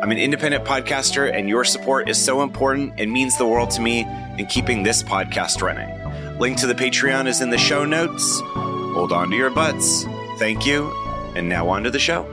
I'm an independent podcaster, and your support is so important and means the world to me in keeping this podcast running. Link to the Patreon is in the show notes. Hold on to your butts. Thank you. And now on to the show.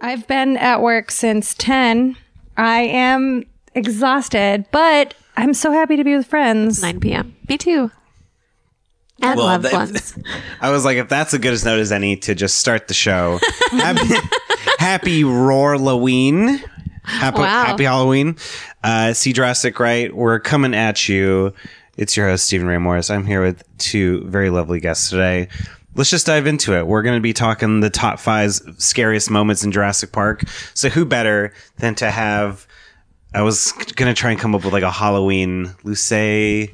I've been at work since 10. I am exhausted, but I'm so happy to be with friends. 9 p.m. Me too. And Well, loved that- ones. I was like, if that's a good as note as any to just start the show. happy, happy Roar Halloween. Happy, Wow. happy Halloween. Uh, see Jurassic Right. We're coming at you. It's your host, Stephen Ray Morris. I'm here with two very lovely guests today. Let's just dive into it. We're going to be talking the top five scariest moments in Jurassic Park. So, who better than to have. I was going to try and come up with like a Halloween Luce,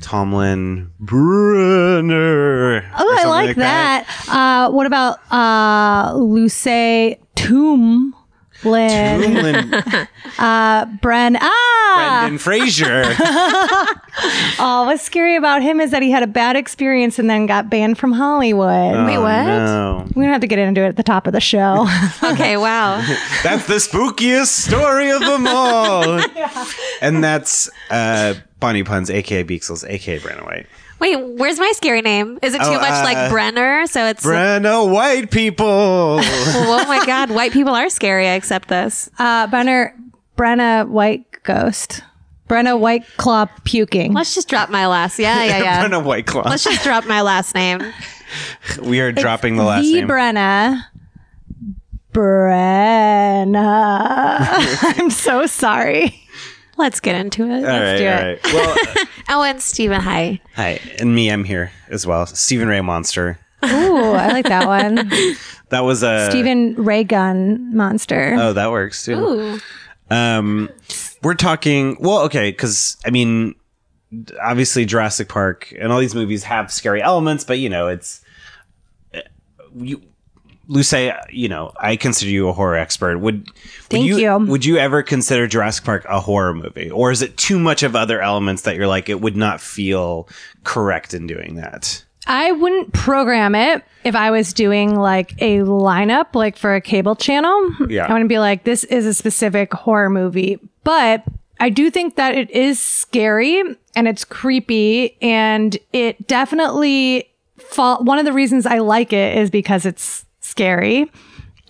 Tomlin, Brunner. Oh, I like, that. Uh, what about uh, Luce Tomb? Lynn, Tomlin, Bren, ah, Brendan Fraser. oh, what's scary about him is that he had a bad experience and then got banned from Hollywood. Wait, what? No. We're gonna have to get into it at the top of the show. Okay, wow. That's the spookiest story of them all. And that's uh, Bonnie Puns, aka Beeksles, aka Brenna White. Wait, where's my scary name? Is it too Oh, much uh, like Brenner? So it's Brenna White people. oh my god, white people are scary. I accept this. uh, Brenner, Brenna White Ghost, Brenna White Claw puking. Let's just drop my last. Yeah, yeah, yeah. Brenna White Claw. Let's just drop my last name. We are dropping the last the name. Brenna. Brenna. I'm so sorry. Let's get into it. all right, do all it. right. Well, Oh, and Stephen, hi. hi, and me, I'm here as well. Stephen Ray Monster. Ooh, I like that one. That was a Stephen Ray Gun Monster. Oh, that works too. Um, we're talking. Well, okay, because I mean, d- obviously Jurassic Park and all these movies have scary elements, but you know, it's uh, you. Luce, you know, I consider you a horror expert. Would, would Thank you. Would you ever consider Jurassic Park a horror movie, or is it too much of other elements that you're like it would not feel correct in doing that? I wouldn't program it if I was doing like a lineup, like for a cable channel. Yeah. I wouldn't be like, this is a specific horror movie. But I do think that it is scary and it's creepy. And it definitely fall. One of the reasons I like it is because it's scary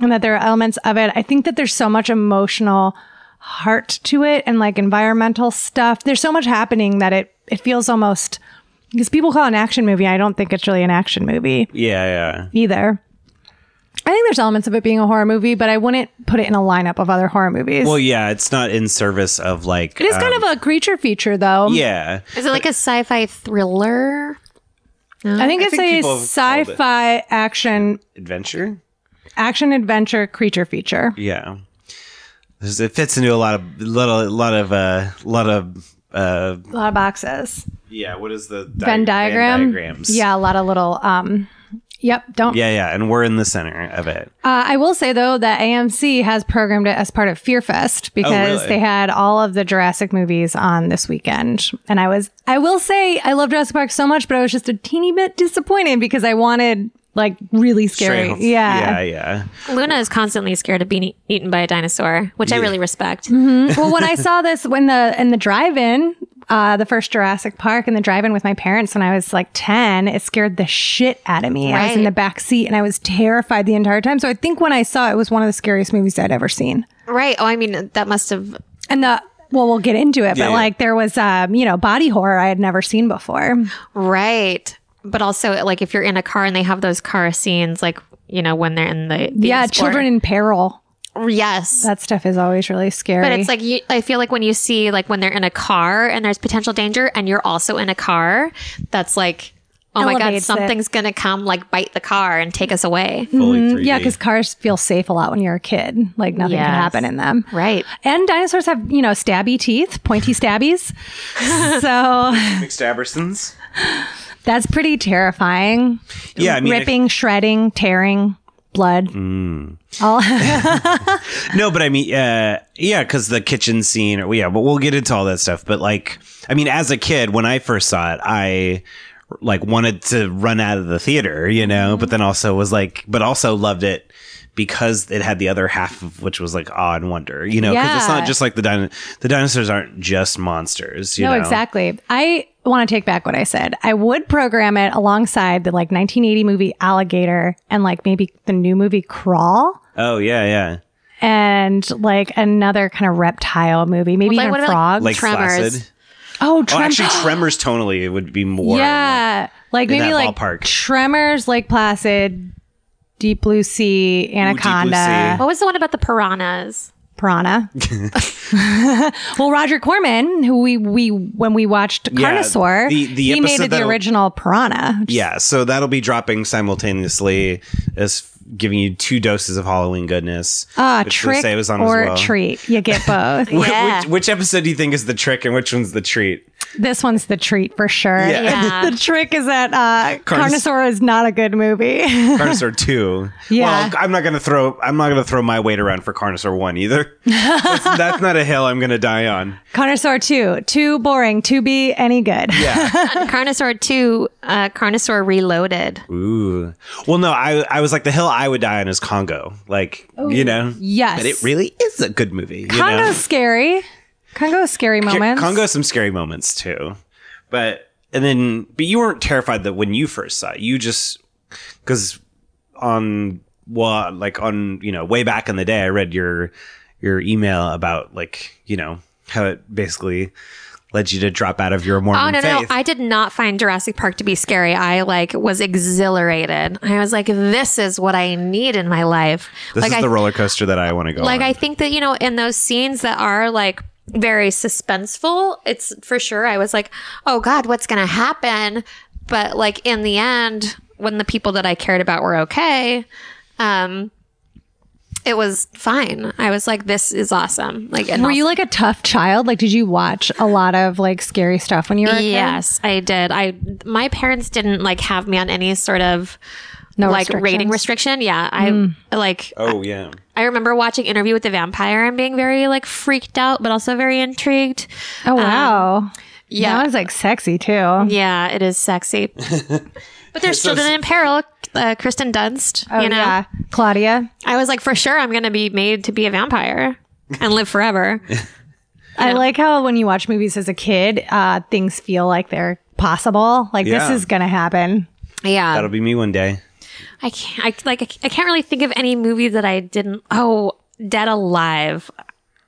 and that there are elements of it. I think that there's so much emotional heart to it and like environmental stuff. There's so much happening that it, it feels almost because people call it an action movie. I don't think it's really an action movie Yeah, yeah. either. I think there's elements of it being a horror movie, but I wouldn't put it in a lineup of other horror movies. Well, yeah, it's not in service of like. it is kind of a creature feature, though. Yeah. Is it like a sci-fi thriller? I think I it's think people a have called it. sci-fi action Adventure? action adventure creature feature. Yeah. There's, it fits into a lot of little, lot of, uh, lot of, uh, A lot of boxes, yeah. What is the Venn diagram, diagrams? Yeah, a lot of little. um Yep, don't Yeah, yeah, and we're in the center of it. Uh, I will say though that AMC has programmed it as part of Fear Fest because Oh, really? they had all of the Jurassic movies on this weekend, and I was I will say I love Jurassic Park so much, but I was just a teeny bit disappointed because I wanted like really scary, Straight- yeah. yeah, yeah. Luna is constantly scared of being eaten by a dinosaur, which I really respect. well, when I saw this when the in the drive-in. Uh, the first Jurassic Park in the drive-in with my parents when I was like ten, it scared the shit out of me. I was in Right. the back seat and I was terrified the entire time. So I think when I saw it, it was one of the scariest movies I'd ever seen. Right. Oh, I mean, that must have. and the well we'll get into it but yeah. like there was um you know body horror i had never seen before Right. But also, like, if you're in a car and they have those car scenes, like, you know, when they're in the. the yeah sport. children in peril Yes. that stuff is always really scary But it's like you, I feel like when you see like when they're in a car and there's potential danger, and you're also in a car, that's like, oh my god, Elevates it. something's gonna come like bite the car and take us away. Fully Mm, 3D. yeah because cars feel safe a lot when you're a kid like nothing Yes. can happen in them Right. and dinosaurs have you know stabby teeth pointy stabbies so McStabbersons. that's pretty terrifying Yeah, I mean, ripping shredding tearing blood Mm. all No, but I mean, uh, yeah, because the kitchen scene, or yeah, but we'll get into all that stuff. But like, I mean, as a kid, when I first saw it, I like wanted to run out of the theater, you know, but then also was like, but also loved it because it had the other half of which was like awe and wonder, you know, because it's Yeah. not just like the din- the dinosaurs aren't just monsters, you no, know, exactly. I want to take back what I said. I would program it alongside the like 1980 movie Alligator and like maybe the new movie Crawl Oh yeah, yeah, and like another kind of reptile movie, maybe Like, what even about, like, frogs. like Tremors. Flaccid. oh, Oh, Trem- actually, Tremors tonally would be more. yeah, like in maybe that like ballpark. Tremors, Lake Placid, Deep Blue Sea, Anaconda, What was the one about the piranhas? Piranha. well, Roger Corman, who we we when we watched Yeah, Carnosaur, the- the he made episode it the that'll- original Piranha. which is Yeah, so that'll be dropping simultaneously as giving you two doses of Halloween goodness. Ah, which they trick say was on as or well. treat. You get both. Wh- Yeah. Which, which episode do you think is the trick and which one's the treat? this one's the treat for sure. Yeah. Yeah. the trick is that uh, Carnos- Carnosaur is not a good movie. Carnosaur two. Yeah. Well, I'm not gonna throw. I'm not gonna throw my weight around for Carnosaur one either. that's, that's not a hill I'm gonna die on. Carnosaur 2, too boring to be any good. Carnosaur two, uh, Carnosaur Reloaded. Ooh. Well, no. I I was like the hill I would die on is Congo. Like you know. Oh, Yes. But it really is a good movie. You Congo's know? scary. Congo's scary K- moments. Congo has some scary moments too, but and then but you weren't terrified that when you first saw it, you just because on well like on you know way back in the day I read your your email about like you know how it basically led you to drop out of your Mormon Oh no no! faith. I did not find Jurassic Park to be scary. I like was exhilarated. I was like, this is what I need in my life. this like is I the roller coaster that I want to go like on. i think that you know in those scenes that are like very suspenseful it's for sure i was like oh god what's gonna happen but like in the end when the people that i cared about were okay um it was fine i was like this is awesome like and Were also- you like a tough child? Like, did you watch a lot of like scary stuff when you were a kid? yes i did i my parents didn't like have me on any sort of No Hmm. like rating restriction yeah i like oh yeah. I remember watching Interview with the Vampire and being very like freaked out, but also very intrigued. Oh, wow. Um, yeah. That one's like sexy too. Yeah, it is sexy. But there's children in peril. Uh, Kristen Dunst. Oh, you know, yeah. Claudia. I was like, for sure, I'm going to be made to be a vampire and live forever. I like how when you watch movies as a kid, uh, things feel like they're possible. Like Yeah. this is going to happen. yeah, That'll be me one day. I can't. I like. I can't really think of any movie that I didn't. Oh, Dead Alive.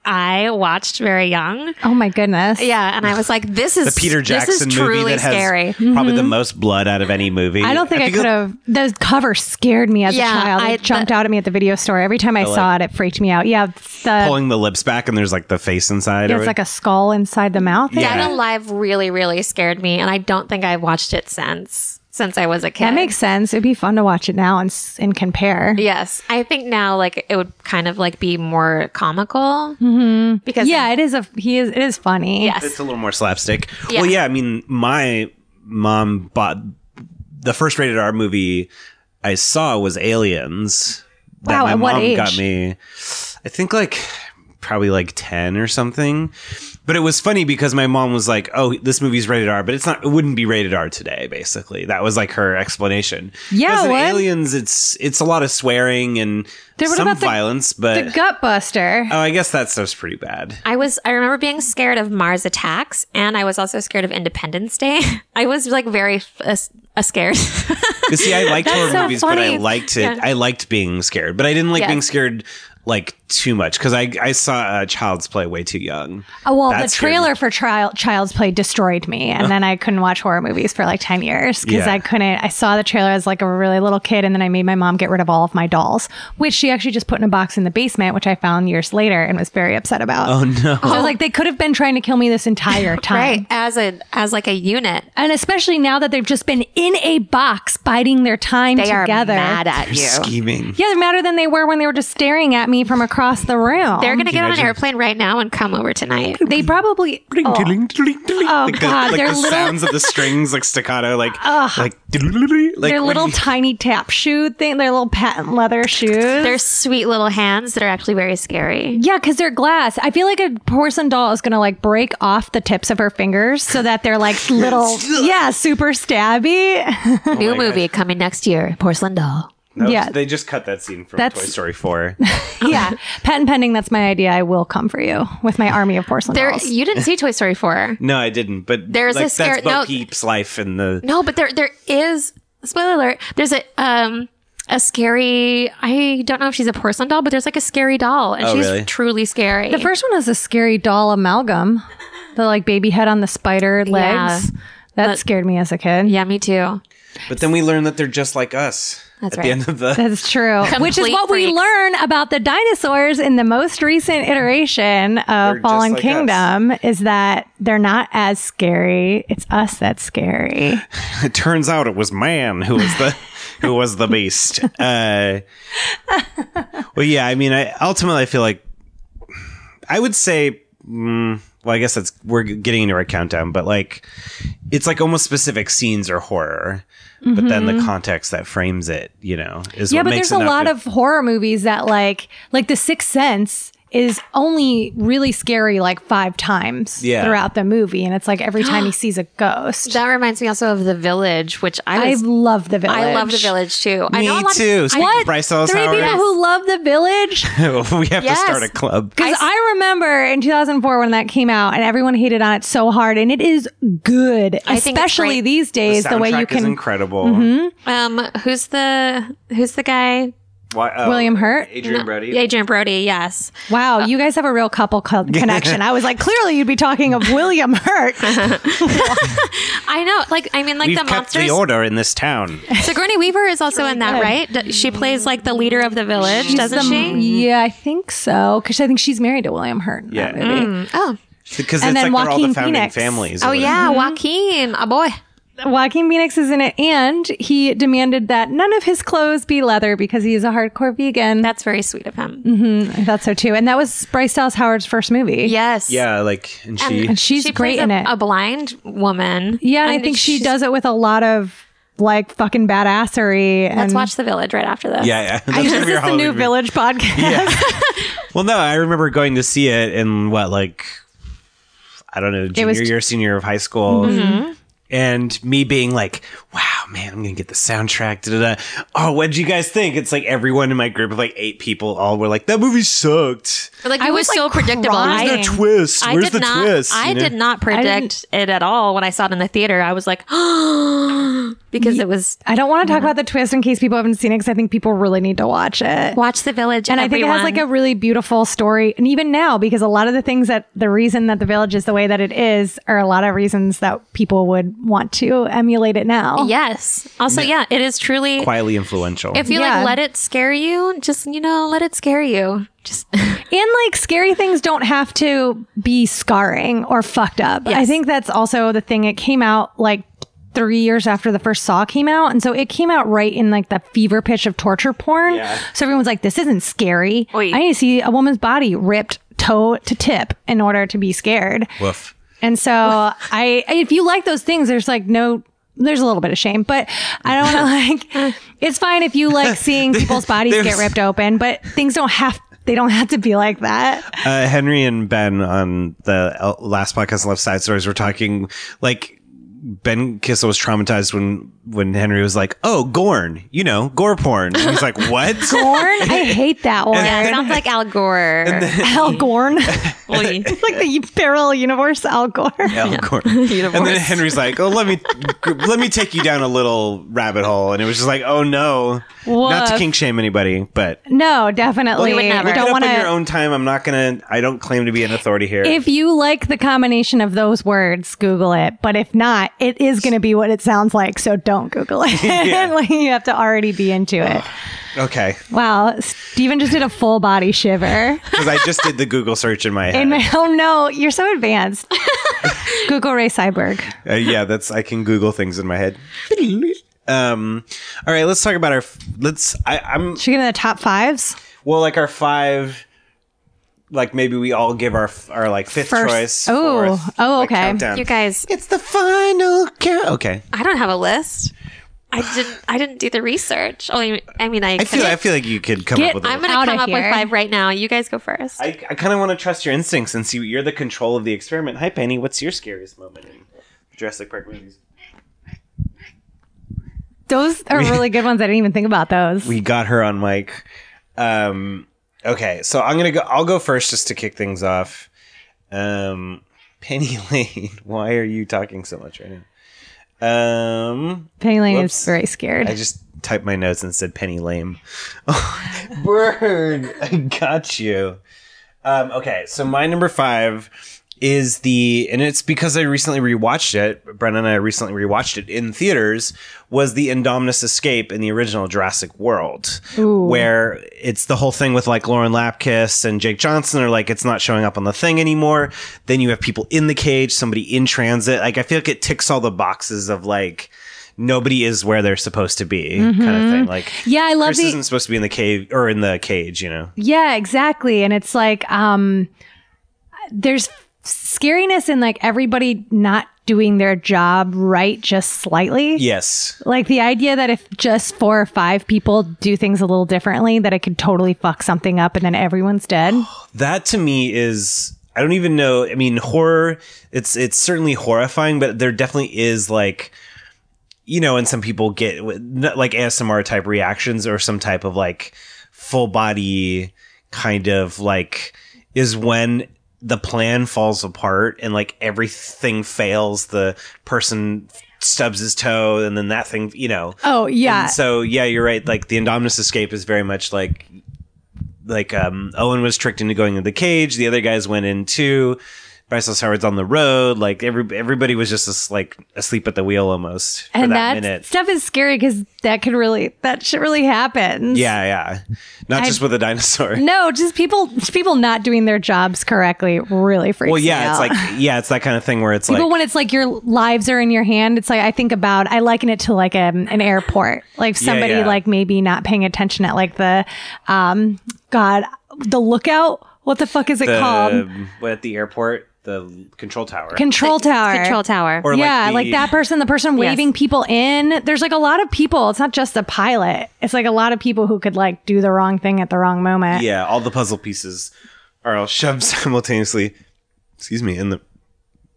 I watched very young. Oh my goodness. Yeah, and I was like, this is The Peter this is Jackson truly movie that has scary. probably Mm-hmm. the most blood out of any movie. I don't think I, could have. The cover scared me as Yeah, a child. It I- jumped the- out at me at the video store. Every time I saw it, it freaked me out. Yeah, it's the pulling the lips back and there's like the face inside. yeah, or it's like a skull inside the mouth. Yeah. Dead Alive really, really scared me, and I don't think I've watched it since since I was a kid. That makes sense. It'd be fun to watch it now and s- and compare. yes. I think now like it would kind of like be more comical because Yeah, it is a he is it is funny. yes, It's a little more slapstick. Yeah. Well, yeah, I mean, my mom bought the first rated R movie I saw was Aliens. Wow, my at what mom got age? me. I think like probably like 10 or something. But it was funny because my mom was like, "Oh, this movie's rated R, but it's not it wouldn't be rated R today, basically." That was like her explanation. Yeah, Because in what? Aliens it's it's a lot of swearing and Then what some about the- violence, but The gut buster. oh, I guess that stuff's pretty bad. I was I remember being scared of Mars attacks and I was also scared of Independence Day. I was like very f- uh, s- uh, scared. You see, I liked horror so movies, but I funny. liked it. I liked being scared, but I didn't like Yeah. being scared like too much because I I saw uh, Child's Play way too young. Oh, well, That the scared me. trailer for trial, Child's Play destroyed me, and then I couldn't watch horror movies for like ten years because Yeah. I couldn't. I saw the trailer as like a really little kid, and then I made my mom get rid of all of my dolls, which she actually just put in a box in the basement, which I found years later and was very upset about. Oh no! I was like, they could have been trying to kill me this entire time. right, as a as like a unit. And especially now that they've just been in a box biding their time They together. are mad at you. Scheming. Yeah, they're madder than they were when they were just staring at me from across the room. They're going to get on an airplane right now and come over tonight. they probably Ding, ding, ding. Oh, like God, The, like they're the little- sounds of the strings, like staccato, like like, like their when little you- tiny tap shoe thing, their little patent leather shoes. They're sweet little hands that are actually very scary. yeah, because they're glass. I feel like a porcelain doll is gonna like break off the tips of her fingers so that they're like little, yeah, super stabby. Oh New movie coming next year, Porcelain Doll. That was- yeah. they just cut that scene from That's- Toy Story Four. yeah, patent pending. That's my idea. I will come for you with my army of porcelain There dolls. you didn't see Toy Story 4. No, I didn't. But There's a like, scare- That's Bo no. Peep's life in the. No, but there there is spoiler alert. There's a um a scary I don't know if she's a porcelain doll, but there's like a scary doll and Oh, she's really? truly scary. The first one is a scary doll amalgam, the like baby head on the spider legs. That scared me as a kid. Yeah, me too. But then we learn that they're just like us. That's at right. the end of the That's true. Which is Complete what we freaks. learn about the dinosaurs in the most recent iteration of just Fallen like Kingdom is that they're not as scary. It's us that's scary. it turns out it was man who was the who was the beast. Uh, well, yeah, I mean, I ultimately I feel like I would say, mm, well, I guess that's we're getting into our countdown, but like it's like almost specific scenes or horror, but then the context that frames it, you know, is Mm-hmm. yeah, what but makes there's a enough lot of horror movies that like like The Sixth Sense is only really scary like five times Yeah. throughout the movie. And it's like every time he sees a ghost. That reminds me also of The Village, which I I was, love the village. I love The Village too. I Me know a lot of- too. I- Speaking of Bryce Dallas Three people Howard, who love the village. we have Yes. to start a club. Because I, remember in 2004 when that came out, and everyone hated on it so hard, and it is good, it's especially great. these days. The, way you soundtrack is can Mm-hmm. incredible. um, who's the who's the guy? Why- oh, William Hurt? Adrian Brody. Adrian Brody. Yes, Wow, you guys have a real couple co- connection. I was like, clearly you'd be talking of William Hurt. I know. Like I mean, like We've the kept monsters. the order in this town. Sigourney Weaver is also in that, right? D- She plays like the leader of the village, doesn't she? yeah, I think so. Because I think she's married to William Hurt. In Yeah. that movie. Oh, Because And it's then like they're all Joaquin the founding Phoenix. families. or oh whatever. yeah, Mm-hmm. Joaquin, a boy. Joaquin Phoenix is in it, and he demanded that none of his clothes be leather because he is a hardcore vegan. That's very sweet of him. I thought so too. And that was Bryce Dallas Howard's first movie. Yes. Yeah, like and she And she's she great plays in a, it. a blind woman. Yeah, and I And think she she's- does it with a lot of like fucking badassery. And Let's watch The Village right after this. yeah, yeah. That's gonna Is be this your the Halloween new movie. Village podcast? Well, no, I remember going to see it in what like I don't know, junior was- Mm-hmm. year, senior year of high school, and me being like, "Wow, man, I'm gonna get the soundtrack. Da-da-da. Oh, what did you guys think? It's like everyone in my group of like eight people all were like, that movie sucked. Like I it was, was, like, so predictable. crying. I- Where's the Twist. I Where's did the not. twist? I you know? didn't. did not predict it at all when I saw it in the theater. I was like, because it was I don't want to talk about the twist in case people haven't seen it because I think people really need to watch it. watch the village, And I think it has like a really beautiful story. And even now, because a lot of the things that the reason that the village is the way that it is are a lot of reasons that people would want to emulate it now. yes. Also, yeah, it is truly. Quietly influential. if you Yeah. like, let it scare you. Just you know, let it scare you. Just And like scary things don't have to be scarring or fucked up. I think that's also the thing. It came out like three years after the first Saw came out. And so it came out right in like the fever pitch of torture porn. So everyone's like, this isn't scary. I need to see a woman's body ripped toe to tip in order to be scared. Woof. And so I, if you like those things, there's like no, there's a little bit of shame, but I don't want to like, it's fine if you like seeing people's bodies get There's- ripped open, but things don't have, they don't have to be like that. uh, Henry and Ben on the uh, last podcast, Left Side Stories, were talking like Ben Kissel was traumatized when when Henry was like, "Oh, Gorn, you know, gore porn." And he's like, "What?" Gorn? I hate that one. yeah, it sounds like Al Gore. Al Gorn. Oy. like the parallel universe Al Gore. Al Gorn. And then Henry's like, "Oh, let me let me take you down a little rabbit hole," and it was just like, "Oh no, not to Woof. kink shame anybody, but." No, definitely. We would never. I Don't don't want up in your to. own time. I'm not gonna. I don't claim to be an authority here. If you like the combination of those words, Google it. But if not, it is going to be what it sounds like. So don't Google it. like you have to already be into it. okay, Wow, Steven just did a full body shiver. because I just did the Google search in my head. In my, oh no, you're so advanced. Google Ray Cyborg. Uh, yeah, that's I can Google things in my head. Um, all right, let's talk about our. f- Let's. I, I'm Should we get in the top fives? well, like our five. Like maybe we all give our f- our like fifth First- choice. oh, fourth, oh, like, okay. countdown. you guys, It's the final count. Okay, I don't have a list. I didn't. I didn't do the research. Only. I mean, I. I feel couldn't- I feel like you could come Get- up with. I'm A, gonna Outta come up here. with five right now. You guys go first. I I kind of want to trust your instincts and see what you're the control of the experiment. Hi, Penny. What's your scariest moment in Jurassic Park movies? Those are really good ones. I didn't even think about those. we got her on mic. Um, okay, so I'm gonna go. I'll go first just to kick things off. Um, Penny Lane, why are you talking so much right now? Um, Penny Lane Whoops. is very scared. I just typed my notes and said Penny Lame. Bird, I got you. Um, okay, so my number five is the, and it's because I recently rewatched it. Brennan and I recently rewatched it in theaters. Was the Indominus Escape in the original Jurassic World, where it's the whole thing with like Lauren Lapkus and Jake Johnson are like it's not showing up on the thing anymore. Then you have people in the cage, somebody in transit. Like I feel like it ticks all the boxes of like nobody is where they're supposed to be kind of thing like Yeah, I Mm-hmm. love Chris the- isn't supposed to be in the cave or in the cage you know Yeah, exactly. And it's like um there's scariness in like everybody not doing their job right just slightly. yes Like the idea that if just four or five people do things a little differently, that it could totally fuck something up and then everyone's dead. that to me is i don't even know i mean horror it's it's certainly horrifying but there definitely is like you know and some people get not like asmr type reactions or some type of like full body kind of like is when the plan falls apart and like everything fails the person stubs his toe and then that thing you know Oh yeah. And so yeah, you're right. Like the Indominus escape is very much like like um, Owen was tricked into going into the cage. The other guys went in too. Bryce Howard's on the road. Like every everybody was just as, like asleep at the wheel almost for and that that, minute. stuff is scary because that could really that shit really happens. yeah, yeah. Not just with a dinosaur. No, just people people not doing their jobs correctly really freaks well, me yeah, it's out. like yeah, it's that kind of thing where it's But like when it's like your lives are in your hand, it's like I think about I liken it to like um an airport, like somebody yeah. like maybe not paying attention at like the um God the lookout. What the fuck is it called? the what, at the airport, the control tower. Control tower. Control tower. Or like yeah, the- like, that person, the person waving people in. There's like a lot of people. It's not just the pilot. It's like a lot of people who could like do the wrong thing at the wrong moment. yeah, all the puzzle pieces are all shoved simultaneously. Excuse me, in the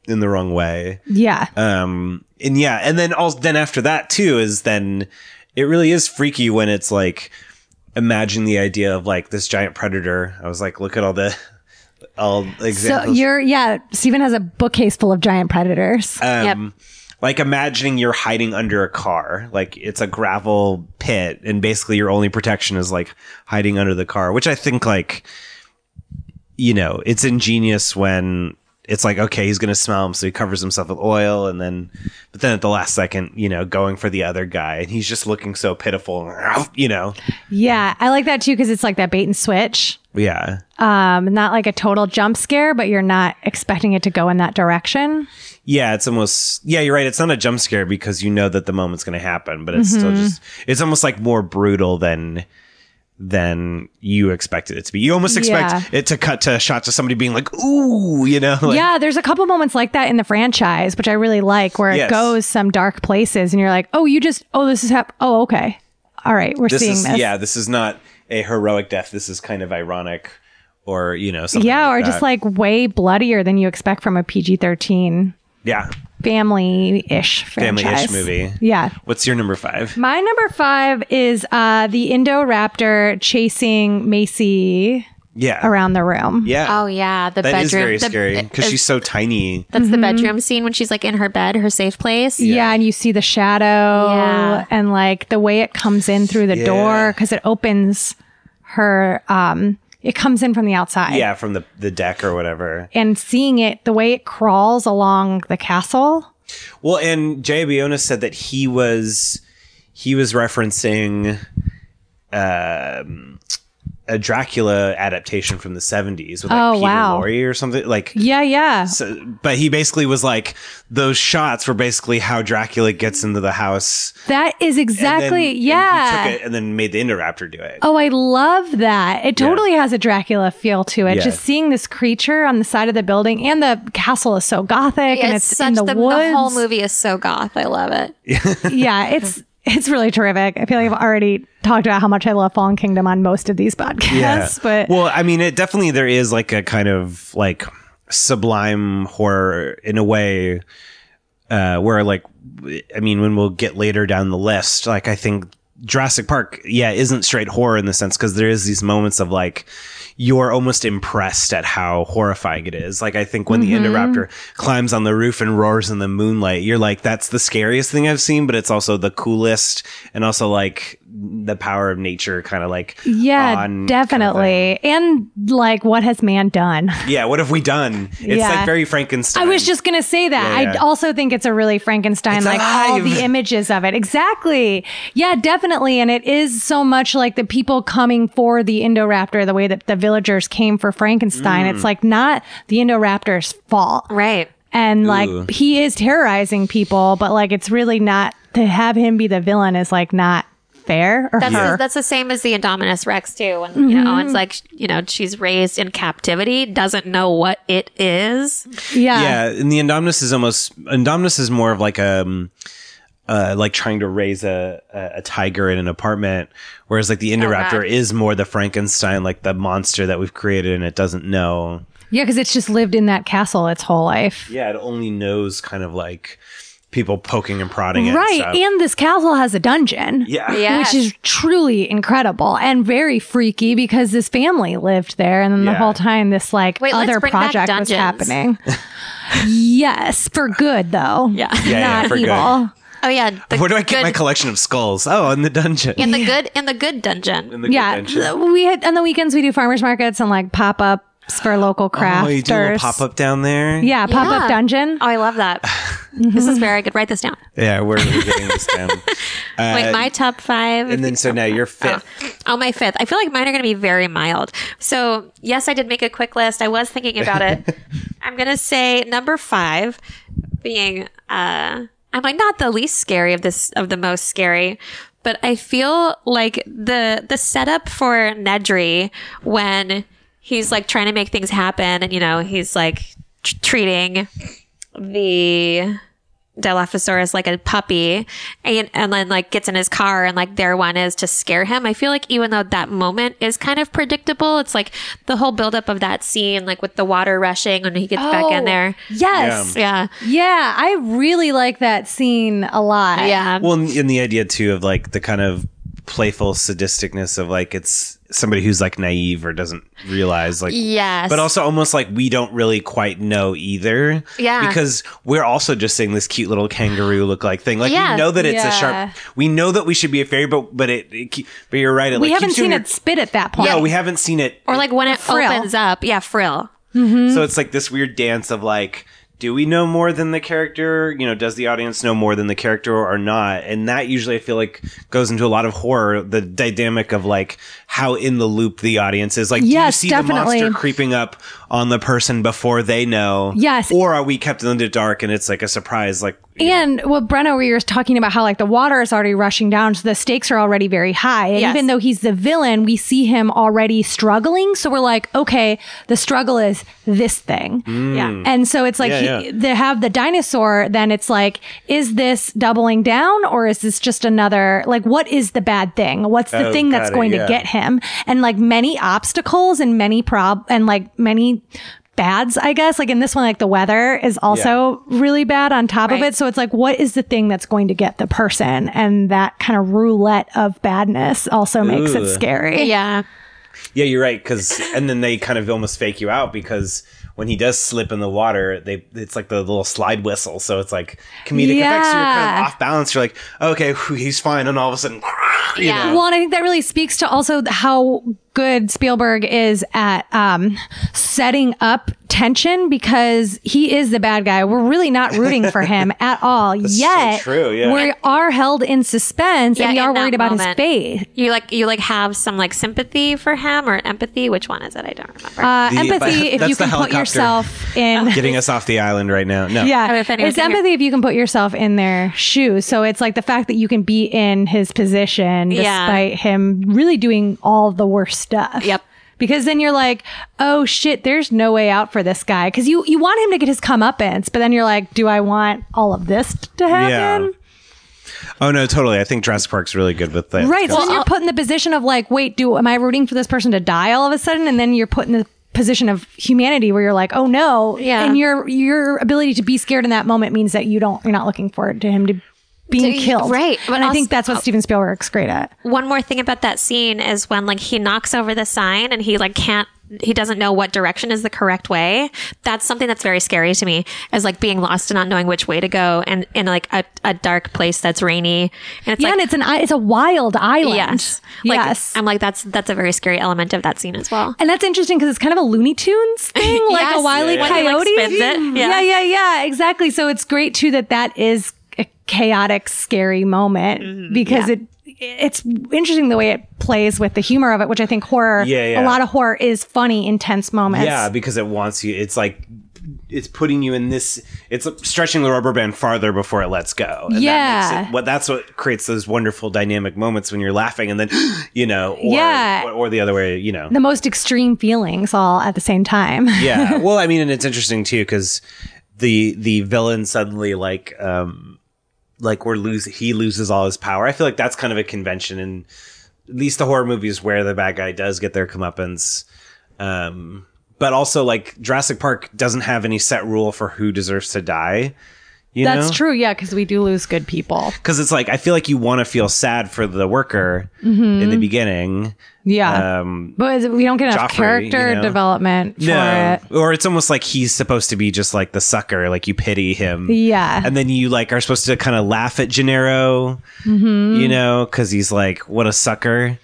in the wrong way. Yeah. Um, and yeah, and then all then after that too is then it really is freaky when it's like imagine the idea of like this giant predator. I was like, look at all the all so examples. you're yeah. Stephen has a bookcase full of giant predators. um, Like imagining you're hiding under a car, like it's a gravel pit, and basically your only protection is like hiding under the car, which I think like, you know, it's ingenious when it's like okay, he's gonna smell him, so he covers himself with oil, and then, but then at the last second, you know, going for the other guy, and he's just looking so pitiful, you know, yeah, I like that too because it's like that bait and switch. yeah, Um, not like a total jump scare, but you're not expecting it to go in that direction. Yeah, it's almost yeah, you're right. It's not a jump scare because you know that the moment's gonna happen, but it's still Mm-hmm. just it's almost like more brutal than than you expected it to be. You almost expect Yeah. it to cut to a shot to somebody being like, ooh, you know? Like, yeah, there's a couple moments like that in the franchise, which I really like, where Yes. it goes some dark places, and you're like, oh, you just, oh, this is hap- oh, okay, all right, we're this seeing is this. yeah, this is not a heroic death. This is kind of ironic or you know, something. Yeah, or like just that. like way bloodier than you expect from a PG 13 Yeah. family ish franchise. Family ish movie. Yeah. What's your number five? My number five is uh, the Indoraptor chasing Macy Yeah. around the room. Yeah. Oh yeah, the that bedroom. is very the- scary because it's- she's so tiny. that's the bedroom scene when she's like in her bed, her safe place. Mm-hmm. Yeah. and you see the shadow Yeah. and like the way it comes in through the Yeah. door because it opens her, um, it comes in from the outside. Yeah, from the, the deck or whatever. And seeing it, the way it crawls along the castle. Well, and Jay Bionis said that he was he was referencing um, a Dracula adaptation from the seventies with like Oh, Peter wow. Lorre or something like. Yeah, yeah. so- but he basically was like, those shots were basically how Dracula gets into the house. That and is then- exactly, and he yeah. took it and then made the Indoraptor do it. Oh, I love that. It totally has a Dracula feel to it. Yeah. Just seeing this creature on the side of the building and the castle is so gothic Yeah, and it's it's such in the, the, the woods. whole movie is so goth. I love it. yeah, it's it's really terrific. I feel like I've already talked about how much I love Fallen Kingdom on most of these podcasts, but well, I mean, it definitely there is like a kind of like sublime horror in a way, uh, where like I mean, when we'll get later down the list, like I think Jurassic Park, yeah, isn't straight horror in the sense because there is these moments of like you're almost impressed at how horrifying it is. Like I think when the Indoraptor climbs on the roof and roars in the moonlight, you're like, that's the scariest thing I've seen, but it's also the coolest and also like the power of nature kind of like on yeah, kind of thing. definitely. and like what has man done? yeah what have we done it's Yeah. like very frankenstein I was just gonna say that. Yeah, yeah. I also think it's a really Frankenstein, It's like all alive. the images of it. Exactly. Yeah, definitely. And it is so much like the people coming for the Indoraptor, the way that the villagers came for Frankenstein. Mm. It's like not the Indoraptor's fault. Right. And like he is terrorizing people, but like it's really not to have him be the villain is like not fair or That's her. the, that's the same as the Indominus Rex too. When you know, it's like you know, she's raised in captivity, doesn't know what it is. yeah. yeah and the indominus is almost indominus is more of like um uh, like trying to raise a, a a tiger in an apartment, whereas like the Oh, Indoraptor is more the Frankenstein, like the monster that we've created and it doesn't know. Yeah, because it's just lived in that castle its whole life. Yeah, it only knows kind of like people poking and prodding it. Right. And, stuff. and this castle has a dungeon. yeah, Yes. which is truly incredible and very freaky because this family lived there, and then Yeah. the whole time this like Wait, let's other bring back project was dungeons. happening. yes, for good though. Yeah. yeah, not for good. evil. Oh yeah. The Where do I get my good- collection of skulls? Oh, in the dungeon. in the good in the good dungeon? In the Yeah, good dungeon. th- we had on the weekends we do farmers markets and like pop ups for local crafters. Oh, you do a little pop up down there. Yeah, pop Yeah. up dungeon. Oh, I love that. this is very good. Write this down. yeah, we're really getting this down. Wait, Uh, my top five. And then so now you're Oh. fifth. Oh, my fifth. I feel like mine are going to be very mild. So, yes, I did make a quick list. I was thinking about it. I'm going to say number five being, uh, I'm like not the least scary of this, of the most scary, but I feel like the, the setup for Nedry when he's like trying to make things happen and, you know, he's like tr- treating the, Dilophosaurus like a puppy and, and then like gets in his car and like their one is to scare him. I feel like even though that moment is kind of predictable, it's like the whole buildup of that scene, like with the water rushing when he gets back in there. Um, Yes. Yeah. Yeah. I really like that scene a lot. Yeah. Well, and and the idea too of like the kind of playful sadisticness of like it's somebody who's like naive or doesn't realize like Yes. but also almost like we don't really quite know either. Yeah. Because we're also just seeing this cute little kangaroo look like thing. Like Yeah. we know that it's a Yeah. sharp. We know that we should be a fairy, but but it. it ke- but you're right. It, We like, haven't keeps you seen in it spit at that your- point. No, we haven't seen it. or like when it Frill. opens up. Yeah, frill. Mm-hmm. So it's like this weird dance of like. Do we know more than the character? You know, does the audience know more than the character or not? And that usually I feel like goes into a lot of horror, the dynamic of like how in the loop the audience is. Like, Yes, do you see definitely. the monster creeping up on the person before they know? Yes. Or are we kept in the dark and it's like a surprise? Like, And what Brenna, we were talking about how like the water is already rushing down, so the stakes are already very high. And Yes. even though he's the villain, we see him already struggling. So we're like, okay, the struggle is this thing. Yeah. And so it's like Mm. Yeah, he, yeah. they have the dinosaur, then it's like, is this doubling down or is this just another, like, what is the bad thing? What's the Oh, thing that's got it, going yeah. to get him? And like many obstacles and many prob, and like many bads, I guess. Like in this one, like the weather is also really bad on top of Right. it. So it's like, what is the thing that's going to get the person? And that kind of roulette of badness also makes it Ooh. scary. Yeah. Yeah, you're right. Because and then they kind of almost fake you out because when he does slip in the water, they it's like the little slide whistle. So it's like comedic effects. So you're kind Yeah. of off balance. You're like, okay, whew, he's fine, and all of a sudden, you Yeah. know. Well, and I think that really speaks to also how good Spielberg is at um, setting up tension because he is the bad guy. We're really not rooting for him at all. yet true, yeah. we are held in suspense Yeah, and we in are that worried about his moment. fate. You like you like have some like sympathy for him or empathy. Which one is it? I don't remember. Uh, The- empathy, if that's you the can put helicopter. yourself in. Getting us off the island right now. No. Oh, Yeah, if anyone it's can hear- empathy if you can put yourself in their shoes. So it's like the fact that you can be in his position Yeah. despite him really doing all the worst stuff. Yep. Because then you're like, oh shit, there's no way out for this guy. Because you you want him to get his comeuppance, but then you're like, do I want all of this to happen? Oh no, totally. I think Jurassic Park's really good with that. Right. So Because- then you're put in the position of like, wait, do am I rooting for this person to die all of a sudden? And then you're put in the position of humanity where you're like, oh no. Yeah. And your your ability to be scared in that moment means that you don't you're not looking forward to him to being To- killed. right. But and I think also- that's what Steven Spielberg's great at. one more thing about that scene is when like he knocks over the sign and he like can't he doesn't know what direction is the correct way that's something that's very scary to me is like being lost and not knowing which way to go and in like a, a dark place that's rainy and it's yeah, like and it's an i- it's a wild island. yes like Yes. i'm like that's that's a very scary element of that scene as well and that's interesting because it's kind of a Looney Tunes thing, like a Yes. Wile When E. he, like, Coyote. spins it. yeah, Yeah. yeah, yeah, exactly. So it's great too that that is a chaotic, scary moment Mm-hmm. because it it's interesting the way it plays with the humor of it, which I think horror, Yeah, yeah. a lot of horror is funny, intense moments. Yeah, because it wants you. It's like it's putting you in this. It's stretching the rubber band farther before it lets go. And That Yeah. makes it, what that's what creates those wonderful dynamic moments when you're laughing and then you know, or, Yeah. or, or the other way, you know. the most extreme feelings all at the same time. yeah. Well, I mean, and it's interesting too because the the villain suddenly like um like we're lose he loses all his power. I feel like that's kind of a convention in at least the horror movies where the bad guy does get their comeuppance. Um, but also like Jurassic Park doesn't have any set rule for who deserves to die. You That's know? true, yeah, because we do lose good people. Because it's like I feel like you want to feel sad for the worker Mm-hmm. in the beginning. Yeah, Um, but we don't get enough Joffrey, character you know. development for no. it. Or it's almost like he's supposed to be just like the sucker, like you pity him. Yeah. And then you like are supposed to kind of laugh at Gennaro, Mm-hmm. you know, because he's like, what a sucker.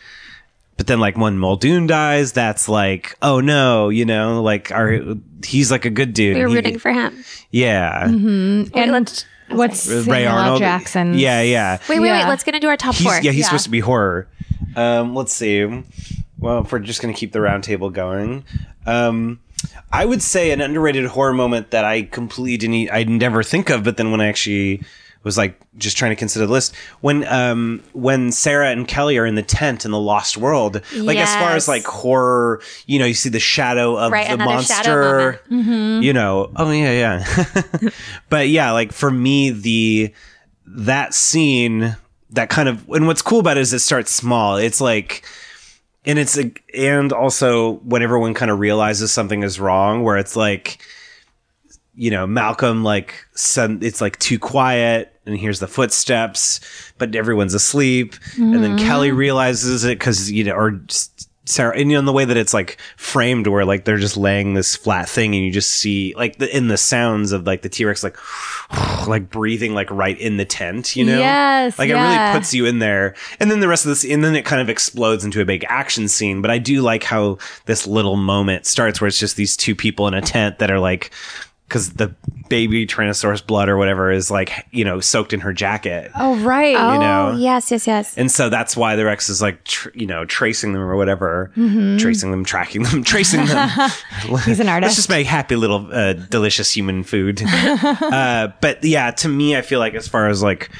But then like when Muldoon dies, that's like, oh no, you know, like our he's like a good dude. we were He- rooting for him yeah. And what's Ray Mm-hmm. Samuel L. Arnold. Jackson's? Yeah, yeah. wait wait Yeah. wait let's get into our top He's, four yeah, he's supposed to be horror. Um, let's see. Well, if we're just going to keep the roundtable going, um, I e, would say an underrated horror moment that I completely didn't, I never think of, but then when I actually was like just trying to consider the list when um when Sarah and Kelly are in the tent in the Lost World. Like as far as Yes. like horror, you know, you see the shadow of Right, the another monster. shadow Mm-hmm. You know, oh yeah, yeah. but yeah, like for me, the that scene, that kind of, and what's cool about it is it starts small. It's like and it's a, and also when everyone kind of realizes something is wrong where it's like you know malcolm like send, it's like too quiet and hears the footsteps but everyone's asleep and then Mm-hmm. kelly realizes it because you know or just sarah and you know in the way that it's like framed where like they're just laying this flat thing and you just see like the, in the sounds of like the t-rex like like breathing like right in the tent you know Yes, like it yeah. really puts puts you in there and then the rest of this and then it kind of explodes into a big action scene but i do like how this little moment starts where it's just these two people in a tent that are like because the baby tyrannosaurus blood or whatever is like you know soaked in her jacket Oh, right. Oh, know? yes, yes, yes. and so that's why the rex is like tr- you know tracing them or whatever tracing them tracking them tracing them Oh, He's an Let's artist. just make happy little uh, delicious human food. uh, but yeah, to me, I feel like as far as like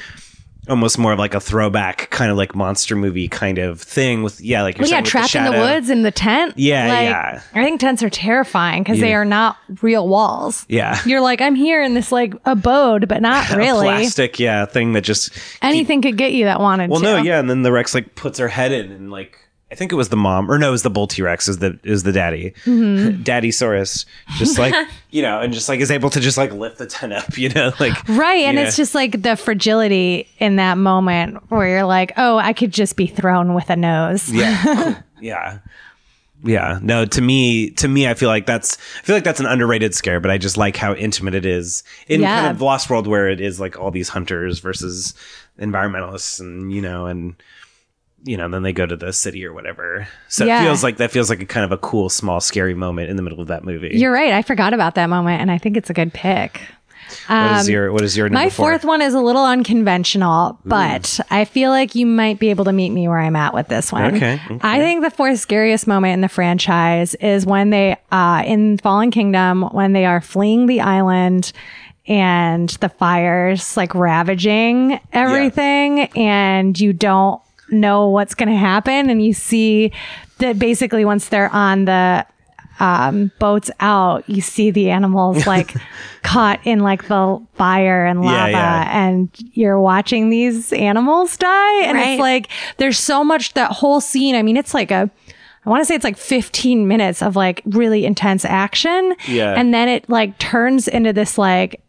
almost more of like a throwback kind of like monster movie kind of thing with yeah, like you're well, yeah, saying with trapped in the shadow. woods in the tent. Yeah, like, yeah. I think tents are terrifying because they are not real walls. Yeah. You're like, I'm here in this like abode, but not A really. plastic, yeah, thing that just Anything could get you that wanted well, to. no, yeah, and then the Rex like puts her head in and like I think it was the mom or no, it was the bull T Rex is the is the daddy, Mm-hmm. daddy Saurus, just like you know, and just like is able to just like lift the tent up, you know, like Right. And Yeah. it's just like the fragility in that moment where you're like, oh, I could just be thrown with a nose. Yeah. yeah. Yeah. No, to me, to me, I feel like that's, I feel like that's an underrated scare, but I just like how intimate it is in Yeah. kind of the Lost World where it is like all these hunters versus environmentalists and, you know, and, you know, then they go to the city or whatever. So Yeah. it feels like that feels like a kind of a cool, small, scary moment in the middle of that movie. You're right. I forgot about that moment. And I think it's a good pick. Um, what is your, what is your number My four? fourth one is a little unconventional, but I feel like you might be able to meet me where I'm at with this one. Okay, okay. I think the fourth scariest moment in the franchise is when they, uh, in Fallen Kingdom, when they are fleeing the island and the fires like ravaging everything, and you don't know what's going to happen. And you see that basically once they're on the um, boats out, you see the animals like caught in like the fire and Yeah, lava, yeah. and you're watching these animals die. And Right. it's like there's so much that whole scene. I mean, it's like a I want to say it's like 15 minutes of like really intense action. Yeah. And then it like turns into this like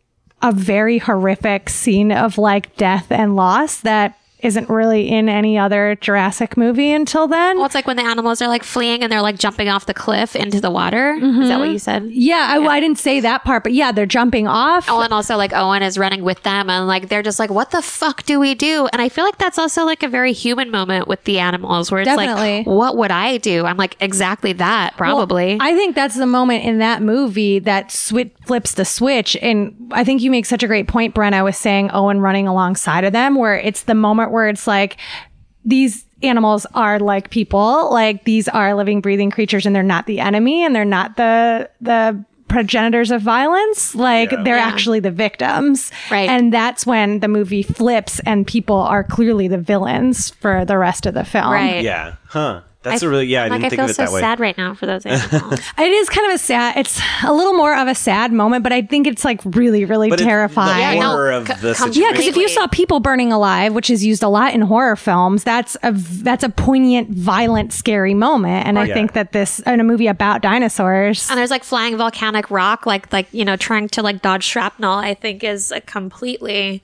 a very horrific scene of like death and loss that isn't really in any other Jurassic movie until then. Well, it's like when the animals are like fleeing and they're like jumping off the cliff into the water. Is Mm-hmm. that what you said? Yeah, I, well, I didn't say that part, but yeah, they're jumping off. Oh, and also like Owen is running with them, and like they're just like, "What the fuck do we do?" And I feel like that's also like a very human moment with the animals, where it's Definitely. like, "What would I do?" I'm like, exactly that, probably. I think that's the moment in that movie that switch flips the switch. And I think you make such a great point, Bren. I was saying Owen running alongside of them, where it's the moment where it's like these animals are like people, like these are living, breathing creatures, and they're not the enemy, and they're not the the progenitors of violence. Like they're actually the victims, Right. And that's when the movie flips, and people are clearly the villains for the rest of the film, right? yeah. Huh. That's a really, yeah, I like didn't I think feel of it so that way. sad right now for those animals. It is kind of a sad. It's a little more of a sad moment, but I think it's like really, really But it- terrifying. the no, horror of c- the come- situation. yeah, because if you saw people burning alive, which is used a lot in horror films, that's a that's a poignant, violent, scary moment. And I Yeah. think that this in a movie about dinosaurs, and there's like flying volcanic rock, like like you know trying to like dodge shrapnel. I think is a completely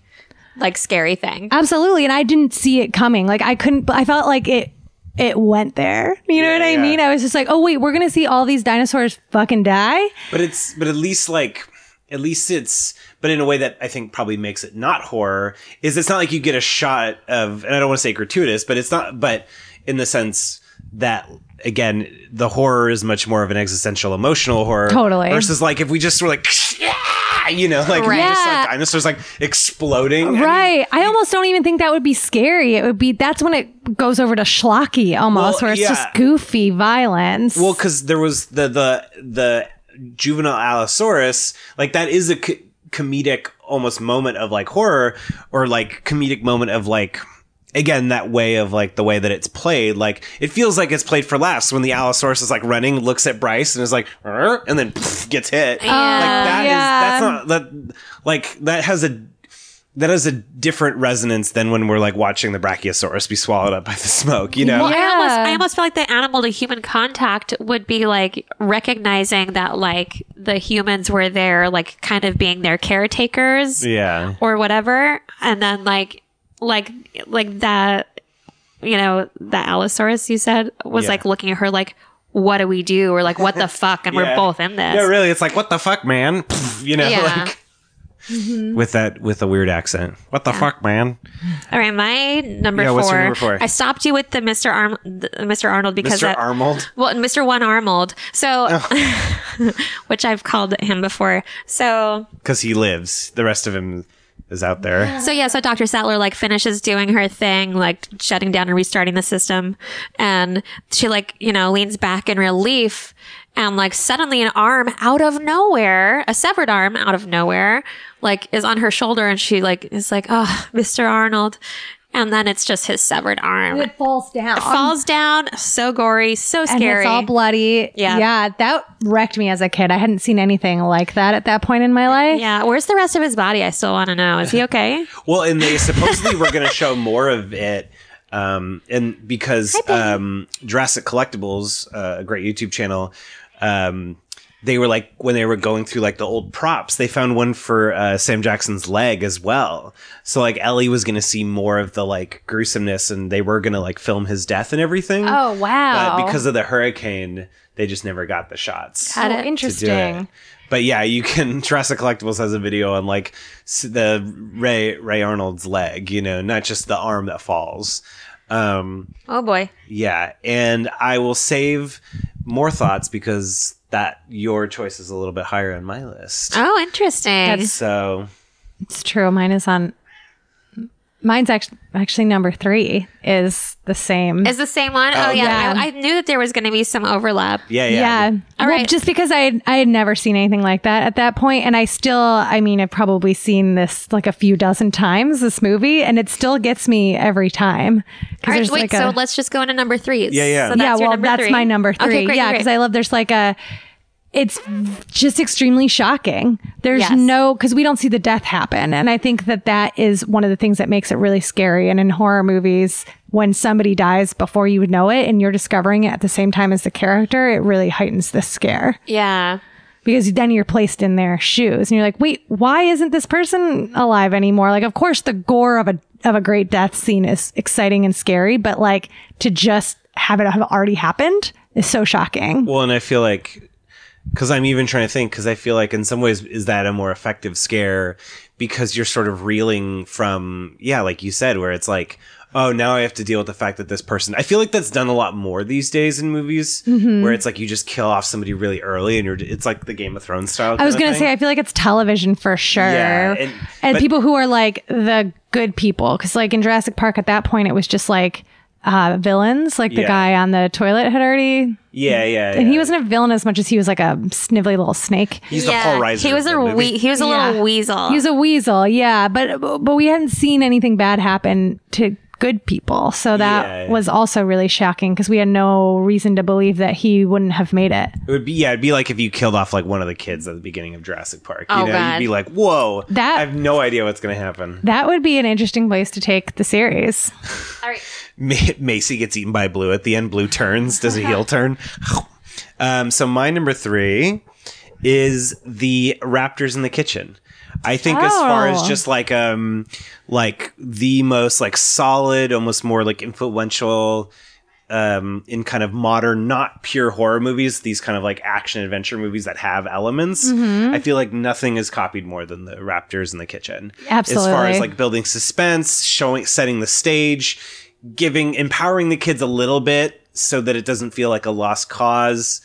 like scary thing. absolutely. And I didn't see it coming. Like I couldn't. but I felt like it. It went there. You know what I yeah. mean? I was just like, oh wait, we're gonna see all these dinosaurs fucking die. but it's but at least like at least it's but in a way that I think probably makes it not horror is it's not like you get a shot of and I don't want to say gratuitous but it's not but in the sense that again the horror is much more of an existential emotional horror Totally. versus like if we just were like you know like we just saw Right. dinosaurs like exploding I mean, Right. I almost don't even think that would be scary. It would be that's when it goes over to schlocky almost, Well, where it's yeah. just goofy violence. Well, because there was the the the juvenile Allosaurus, like that is a c- comedic almost moment of like horror or like comedic moment of like again that way of like the way that it's played like it feels like it's played for laughs when the allosaurus is like running looks at bryce and is like "Arr," and then pff, gets Oh, hit Uh, like that is- that's not that like that has a that has a different resonance than when we're like watching the brachiosaurus be swallowed up by the smoke you know Well, I almost I Yeah. almost feel like the animal to human contact would be like recognizing that like the humans were there, like kind of being their caretakers yeah or whatever, and then like like like that you know that Allosaurus you said was Yeah. like looking at her like what do we do or like what the fuck and Yeah. we're both in this Yeah, really. It's like, what the fuck, man? Pff, You know, Yeah. Mm-hmm. like with that with a weird accent. What the fuck, man? all right my number, Yeah, four. what's your number four? I stopped you with the Mr. Arm the Mr. Arnold because Mr. that Arnold. Well, and Mr. One Armold. So, which I've called him before. So, Because he lives. The rest of him is out there. so yeah. So Dr. Sattler like finishes doing her thing, like shutting down and restarting the system, and she like you know leans back in relief, and like suddenly an arm out of nowhere, a severed arm out of nowhere, like is on her shoulder, and she like is like, oh, Mr. Arnold, and then it's just his severed arm. It falls down. Falls down, so gory, so and scary. it's all bloody. Yeah. Yeah. That wrecked me as a kid. I hadn't seen anything like that at that point in my life. Yeah, where's the rest of his body? I still want to know. Is he okay? Well, and they supposedly were going to show more of it. Um, and because um, Jurassic Collectibles, uh, a great YouTube channel, um, they were like when they were going through like the old props, they found one for uh, Sam Jackson's leg as well. So like Ellie was going to see more of the like gruesomeness, and they were going to like film his death and everything. Oh, wow. But because of the hurricane, they just never got the shots Got it. to Oh, do it. interesting. But yeah, you can Jurassic Collectibles has a video on like s- the Ray Ray Arnold's leg, you know, not just the arm that falls. Um, Oh boy. yeah, and I will save more thoughts because that your choice is a little bit higher on my list. Oh, interesting. So It's true. Mine is on. Mine's actually actually number three is the same. is the same one? Oh, yeah. yeah. I, I knew that there was going to be some overlap. yeah, yeah, yeah. All well, right. Just because I had, I had never seen anything like that at that point, and I still, I mean, I've probably seen this like a few dozen times this movie, and it still gets me every time. 'Cause All right, there's, wait. like, so a- let's just go into number three. Yeah, yeah. So that's yeah, your well, number that's three. my number three. Okay, great, yeah, great, because I great. love there's like a. It's just extremely shocking. There's Yes. no because we don't see the death happen, and I think that that is one of the things that makes it really scary. And in horror movies, when somebody dies before you know it, and you're discovering it at the same time as the character, it really heightens the scare Yeah. because then you're placed in their shoes and you're like wait why isn't this person alive anymore like of course the gore of a of a great death scene is exciting and scary but like to just have it have already happened is so shocking Well, and I feel like because I'm even trying to think because I feel like in some ways is that a more effective scare because you're sort of reeling from yeah, like you said, where it's like. Oh, now I have to deal with the fact that this person. I feel like that's done a lot more these days in movies, Mm-hmm. where it's like you just kill off somebody really early, and you're. It's like the Game of Thrones style. I was kinda gonna thing. say, I feel like it's television for sure, Yeah, and- and, but- people who are like the good people, because like in Jurassic Park at that point, it was just like uh, villains, like the Yeah. guy on the toilet had already, yeah, yeah, and he yeah. wasn't a villain as much as he was like a snivelly little snake. He's yeah. the Paul Reiser. He was of a the movie. wee- he was a Yeah. little weasel. He's a weasel, yeah, but but we hadn't seen anything bad happen to good people, so that Yeah. was also really shocking because we had no reason to believe that he wouldn't have made it. It would be yeah, it'd be like if you killed off like one of the kids at the beginning of Jurassic Park. You Oh, know, you'd God. be like, whoa, That- I have no idea what's gonna happen. That would be an interesting place to take the series. All right. Ma- Macy gets eaten by Blue at the end. Blue turns, does a heel turn. Um, so my number three is the Raptors in the kitchen. I think as far as Oh. just like um like the most like solid, almost more like influential um in kind of modern, not pure horror movies, these kind of like action adventure movies that have elements. I feel like nothing is copied more than the Raptors in the kitchen. As far as Absolutely. like building suspense, showing, setting the stage, giving, empowering the kids a little bit so that it doesn't feel like a lost cause.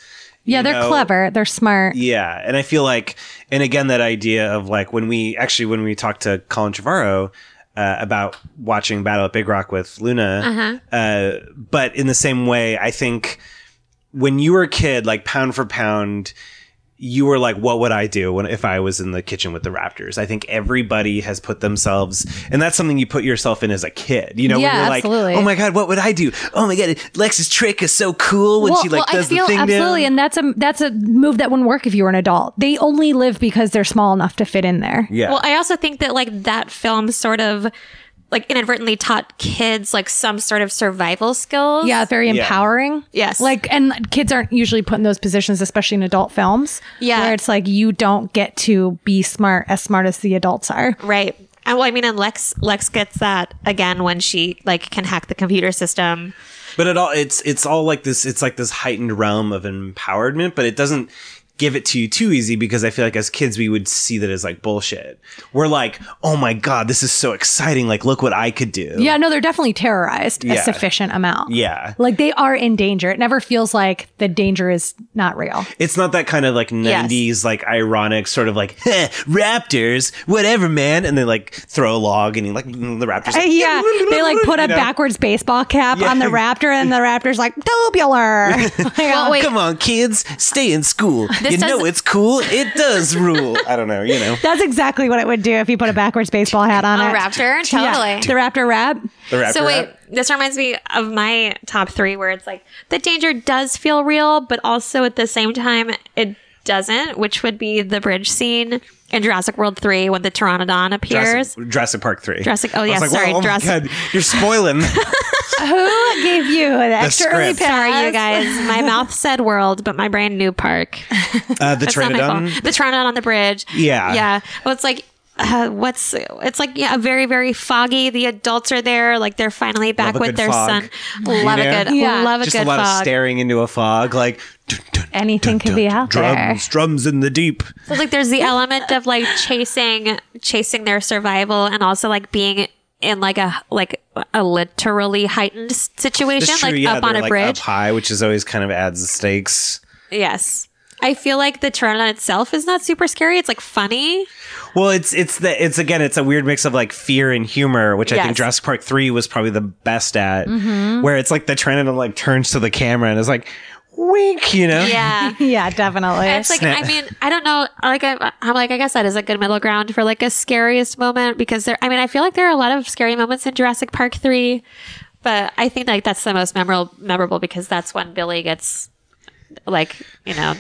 Yeah, you they're know? clever, they're smart. Yeah. And I feel like, and again, that idea of like when we actually, when we talked to Colin Trevorrow, uh, about watching Battle at Big Rock with Luna, Uh-huh. uh, but in the same way, I think when you were a kid, like pound for pound, you were like, what would I do when if I was in the kitchen with the Raptors? I think everybody has put themselves, and that's something you put yourself in as a kid. You know, Yeah, when you're like, absolutely. oh my god, what would I do? Oh my god, Lex's trick is so cool when she like does the thing absolutely, down. and that's a that's a move that wouldn't work if you were an adult. They only live because they're small enough to fit in there. yeah, Well, I also think that like that film sort of like inadvertently taught kids like some sort of survival skills. Yeah, very empowering. Yes. Like, and kids aren't usually put in those positions, especially in adult films. Yeah. Where it's like you don't get to be smart as smart as the adults are. Right. And well, I mean, and Lex Lex gets that again when she like can hack the computer system. but it all it's it's all like this. It's like this heightened realm of empowerment, but it doesn't give it to you too easy because I feel like as kids we would see that as like bullshit. We're like, oh my god, this is so exciting! Like, look what I could do. Yeah, no, they're definitely terrorized Yeah. a sufficient amount. Yeah. Like they are in danger. It never feels like the danger is not real. It's not that kind of like 90s, like ironic sort of like, "Heh, raptors, whatever, man. And they like throw a log and you like, mm, the raptors. Like, Uh, Yeah, they like put a You know? backwards baseball cap Yeah. on the raptor, and the raptor's like tubular. Like, Well, wait, Come on, kids, stay in school. you know doesn't- it's cool. It does rule. I don't know, you know. That's exactly what it would do if you put a backwards baseball hat on A it. raptor? Yeah, Totally. the raptor rap. The raptor so wait, rap. this reminds me of my top three, where it's like the danger does feel real, but also at the same time it doesn't, which would be the bridge scene in Jurassic World Three when the pteranodon appears. Jurassic, Jurassic Park 3. Jurassic- oh, I was yeah, wow, sorry, oh my Jurassic- God, you're spoiling. Who gave you the extra early script. Sorry, pass? you guys. My mouth said world, but my brain knew park. Uh, the That's not my Trinidad. fault. The Trinidad on the bridge. Yeah. Yeah. Well, it's like, uh, what's it's like yeah, very very foggy. The adults are there, like they're finally back a with good their fog. son. You Love know? a good, Yeah. love a Just good a lot fog. of staring into a fog, like dun, dun, Anything could be out there. drums, drums in the deep. So, like there's the element of like chasing chasing their survival and also like being in like a like a literally heightened s- situation, That's true, like yeah, up on they're, a like, bridge. Up high, which is always kind of adds the stakes. Yes. I feel like the Trinidad itself is not super scary. It's like funny. Well, it's it's the it's again it's a weird mix of like fear and humor, which I think Yes. Mm-hmm. Jurassic Park three was probably the best at, where it's like the Trinidad like turns to the camera and is like, wink, you know, Yeah. Yeah, definitely. It's like I mean I don't know like I'm, I'm like I guess that is a good middle ground for like a scariest moment because there I mean I feel like there are a lot of scary moments in Jurassic Park three, but I think like that's the most memorable memorable because that's when Billy gets like you know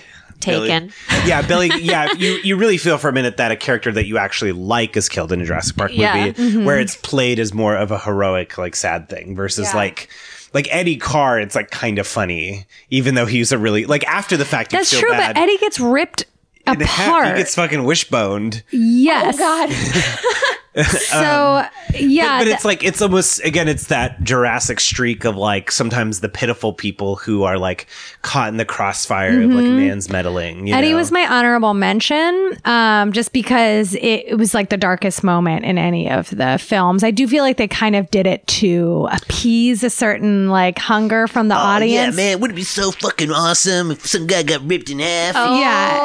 Billy. taken. yeah, Billy. Yeah, you you really feel for a minute that a character that you actually like is killed in a Jurassic Park Yeah. movie, Mm-hmm. where it's played as more of a heroic like sad thing versus like. Like Eddie Carr, it's like kind of funny, even though he's a really like after the fact. you That's feel true, bad. but Eddie gets ripped In half, he apart. gets fucking wishboned. Oh, yes. So yeah, Um, but th- it's like it's almost again it's that jurassic streak of like sometimes the pitiful people who are like caught in the crossfire of like man's meddling you Mm-hmm. Eddie know? was my honorable mention, um, just because it, it was like the darkest moment in any of the films. I do feel like they kind of did it to appease a certain like hunger Oh, from the audience. Oh, man, wouldn't it be so fucking awesome if some guy got ripped in half? Oh Yeah.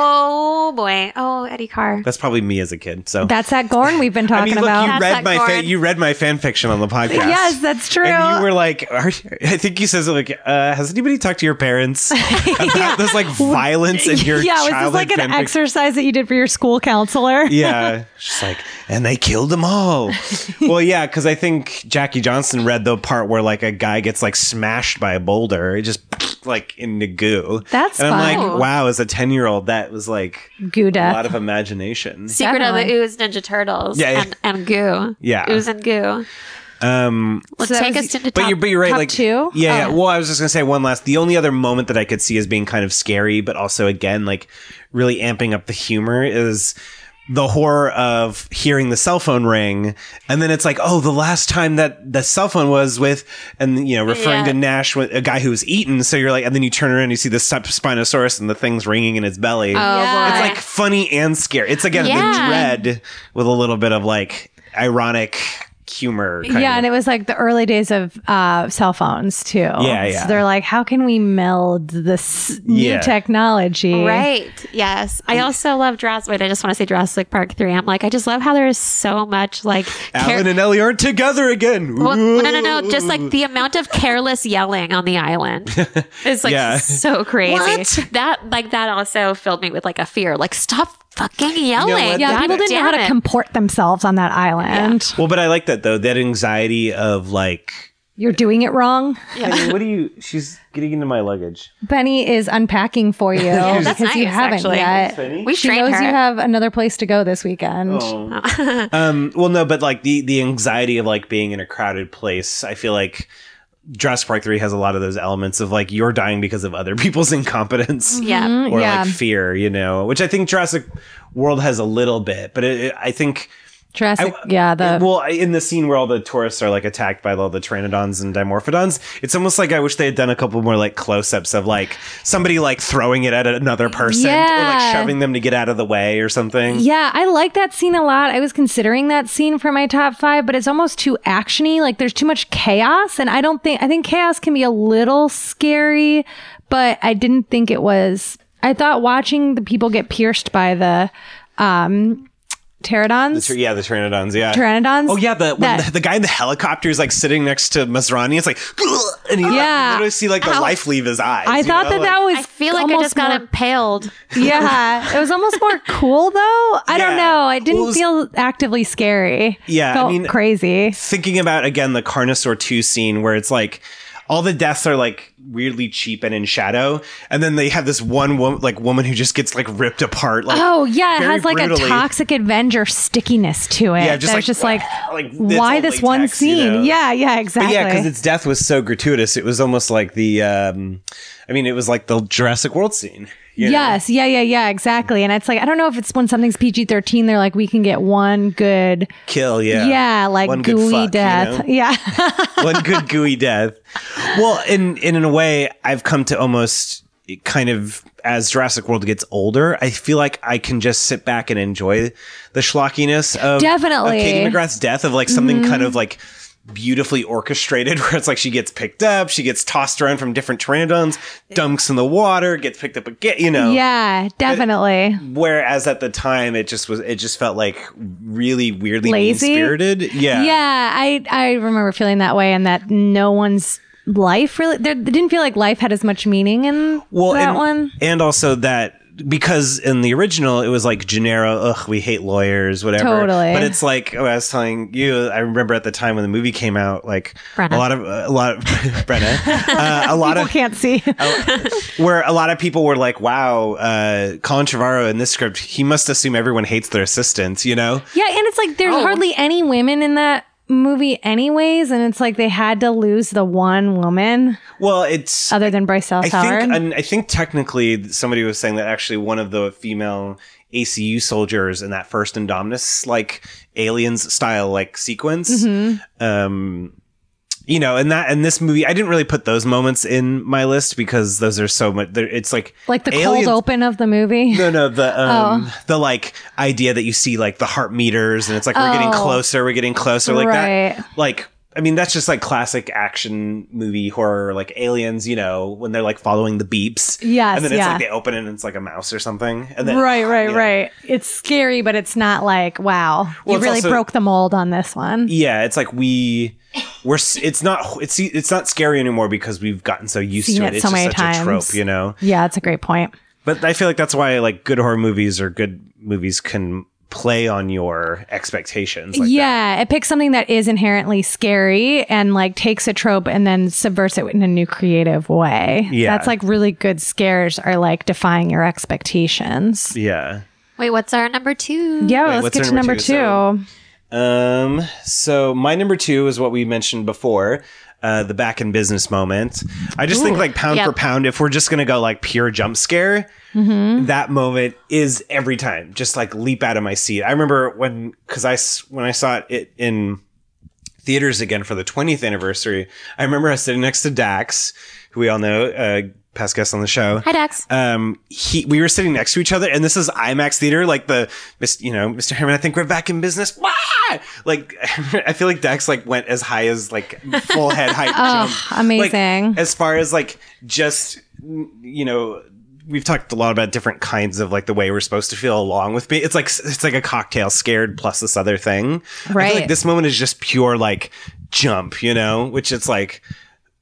boy. Oh Eddie Carr. that's probably me as a kid so That's that Gorn we've been i talking mean about. look you read that my Gorn. fa- you read my fan fiction on the podcast Yes, that's true. and you were like are, i think you says like uh, has anybody talked to your parents about this like violence in your yeah, was this childhood like an fan fic- exercise that you did for your school counselor? yeah. She's like, and they killed them all. well, yeah, because I think Jackie Johnson read the part where like a guy gets like smashed by a boulder, it just like into goo. That's and I'm fun. like, wow, as a ten year old, that was like Goo a death. lot of imagination. Secret of Definitely. the Ooze Ninja Turtles Yeah, yeah. And, and Goo. Yeah. Ooze and Goo. Oh, Um, Let's So that take was- us into but top, Oh. you're but you're right, top like two? Yeah, yeah. Well, I was just gonna say one last. The only other moment that I could see as being kind of scary, but also again like really amping up the humor is the horror of hearing the cell phone ring, and then it's like, oh, the last time that the cell phone was with, and you know, referring to Yeah. Nash, with a guy who was eaten. So you're like, and then you turn around, and you see the sp- spinosaurus, and the thing's ringing in its belly. Uh, Oh Yeah. boy. It's like funny and scary. It's again Yeah. the dread with a little bit of like ironic humor. Kind yeah, of. and it was like the early days of uh, cell phones too. Yeah, yeah. So they're like, how can we meld this new Yeah. technology? Right. Yes. I also love Jurassic. Wait, I just want to say Jurassic Park three. I'm like, I just love how there is so much like. Alan and Ellie are together again. well, no, no, no. Just like the amount of careless yelling on the island is like Yeah. so crazy. That like that also filled me with like a fear. Like stop fucking yelling. what? Yeah, God people didn't know damn how to it. comport themselves on that island. Well, but I like that though. That anxiety of like, You're doing it wrong. "Hey, what do you? She's getting into my luggage. Benny is unpacking for you because that's you nice, haven't actually. yet. We she trained knows her. you have another place to go this weekend. Oh. um, well, no, but like the the anxiety of like being in a crowded place. I feel like Jurassic Park Three has a lot of those elements of like you're dying because of other people's incompetence. yeah. Mm, or yeah, like fear, you know, which I think Jurassic World has a little bit, but it, it- I think Jurassic. I- yeah, the well I- in the scene where all the tourists are like attacked by all the pteranodons and dimorphodons, it's almost like I wish they had done a couple more like close-ups of like somebody like throwing it at another person or Yeah. like shoving them to get out of the way or something. Yeah, I like that scene a lot. I was considering that scene for my top five, but it's almost too actiony. Like there's too much chaos, and I don't think I think chaos can be a little scary, but I didn't think it was. I thought watching the people get pierced by the um The pterodons. tr- yeah, the pteranodons. Yeah, Pteranodons? Oh yeah, the, when That- the the guy in the helicopter is like sitting next to Masrani. It's like, and he like, Yeah. you literally see like the Ow. life leave his eyes. I you thought know? that Like- that was I feel like I almost just got more- impaled. yeah, it was almost more cool though. I Yeah. don't know. It didn't Well, it was- feel actively scary. Yeah, I felt mean- crazy. thinking about again the Carnosaur 2 scene where it's like all the deaths are like weirdly cheap and in shadow and then they have this one woman like woman who just gets like ripped apart like Oh yeah, it very has like a brutally. toxic Avenger stickiness to it. Yeah, just That's like, just like, like, it's why all this one latex, you scene? know? Yeah, yeah, but exactly. yeah because its death was so gratuitous it was almost like the um i mean it was like the jurassic world scene you know? yes, yeah, yeah, yeah, exactly. And it's like I don't know if it's when something's PG thirteen, they're like we can get one good, kill yeah yeah, like One good gooey fuck, you death, know? yeah. one good gooey death. Well, in in a way, I've come to almost kind of as Jurassic World gets older, I feel like I can just sit back and enjoy the schlockiness of Definitely. Mm-hmm. of Katie McGrath's death of like something kind of like beautifully orchestrated where it's like she gets picked up she gets tossed around from different pteranodons dunks in the water gets picked up again you know yeah, definitely. whereas at the time it just was it just felt like really weirdly Lazy? mean-spirited yeah Yeah, I I remember feeling that way, and that no one's life really there it didn't feel like life had as much meaning in that and, one. and also that because in the original it was like Gennaro, ugh, we hate lawyers, whatever. Totally. But it's like oh, I was telling you, I remember at the time when the movie came out, like Brenna. a lot of a lot of Brenna, uh, a lot People of can't see. where a lot of people were like, wow, uh, Colin Trevorrow in this script, he must assume everyone hates their assistants, you know? Yeah, and it's like there's Oh. hardly any women in that movie, anyways, and it's like they had to lose the one woman Well, it's other than Bryce Dallas I Howard. think, and I think technically somebody was saying that actually one of the female ACU soldiers in that first Indominus like aliens style like sequence. Mm-hmm. Um, you know, and that and this movie, I didn't really put those moments in my list because those are so much. they're- It's like like the aliens- cold open of the movie. No, no, the um, Oh. the like idea that you see like the heart meters, and it's like we're getting Oh. closer, we're getting closer, like Right. that. Like, I mean, that's just like classic action movie horror, like aliens. You know, when they're like following the beeps. Yes, and then it's yeah. like they open it, and it's like a mouse or something. And then right, right, you know. right. It's scary, but it's not like wow, Well, you it's really also- broke the mold on this one. Yeah, it's like we we're s- it's not it's it's not scary anymore because we've gotten so used Seen to it. it It's so just many such a trope, times. you know. Yeah, that's a great point. But I feel like that's why like good horror movies or good movies can play on your expectations. Like that. yeah, it picks something that is inherently scary and like takes a trope and then subverts it in a new creative way. Yeah. That's like really good scares are like defying your expectations. Yeah. Wait, what's our number two? Yeah, Wait, let's what's get to our number number two. two? Um. So my number two is what we mentioned before, uh, the back in business moment. I just think like pound Yep. for pound, if we're just gonna go like pure jump scare, that moment is every time. Just like leap out of my seat. I remember when because I s- when I saw it, it in theaters again for the 20th anniversary. I remember I was sitting next to Dax, who we all know, uh, past guest on the show. Hi, Dax. Um, he we were sitting next to each other, and this is IMAX theater, like the Mis- you know Mr. Herman. I think we're back in business. Wah! Like I feel like Dax like went as high as like full head height. Oh, jump. amazing. Like, as far as like just you know. We've talked a lot about different kinds of like the way we're supposed to feel along with me. It's like it's like a cocktail, scared plus this other thing. I feel Right. like this moment is just pure like jump, you know, which it's like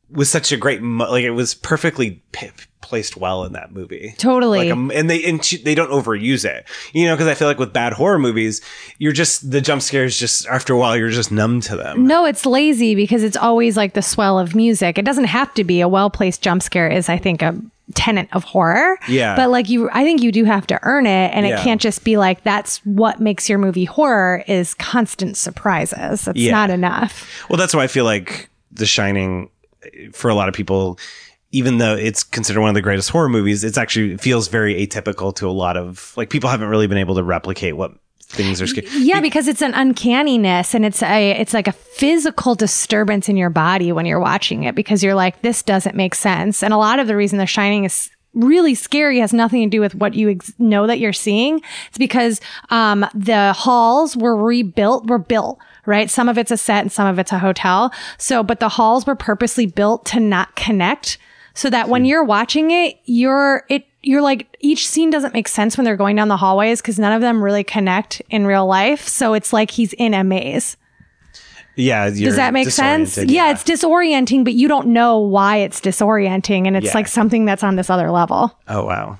was such a great mo- like it was perfectly p- placed well in that movie Totally. like um, and they and she, they don't overuse it you know because i feel like with bad horror movies you're just the jump scares just after a while you're just numb to them No, it's lazy because it's always like the swell of music. It doesn't have to be a well placed jump scare. Is I think a tenet of horror. Yeah. But like you, I think you do have to earn it, and Yeah. it can't just be like that's what makes your movie horror is constant surprises. It's Yeah. not enough. Well, that's why I feel like The Shining, eh, for a lot of people, even though it's considered one of the greatest horror movies, it's actually it feels very atypical to a lot of like people haven't really been able to replicate what things are scary. Yeah, because it's an uncanniness and it's a it's like a physical disturbance in your body when you're watching it because you're like this doesn't make sense. And a lot of the reason The Shining is really scary has nothing to do with what you ex- know that you're seeing. It's because um, the halls were rebuilt, were built. Right. Some of it's a set and some of it's a hotel. So, but the halls were purposely built to not connect so that when you're watching it, you're it you're like each scene doesn't make sense when they're going down the hallways because none of them really connect in real life. So it's like he's in a maze. Yeah, you're Does that make sense? disoriented. Yeah, it's disorienting, but you don't know why it's disorienting, and it's Yeah. like something that's on this other level. Oh wow.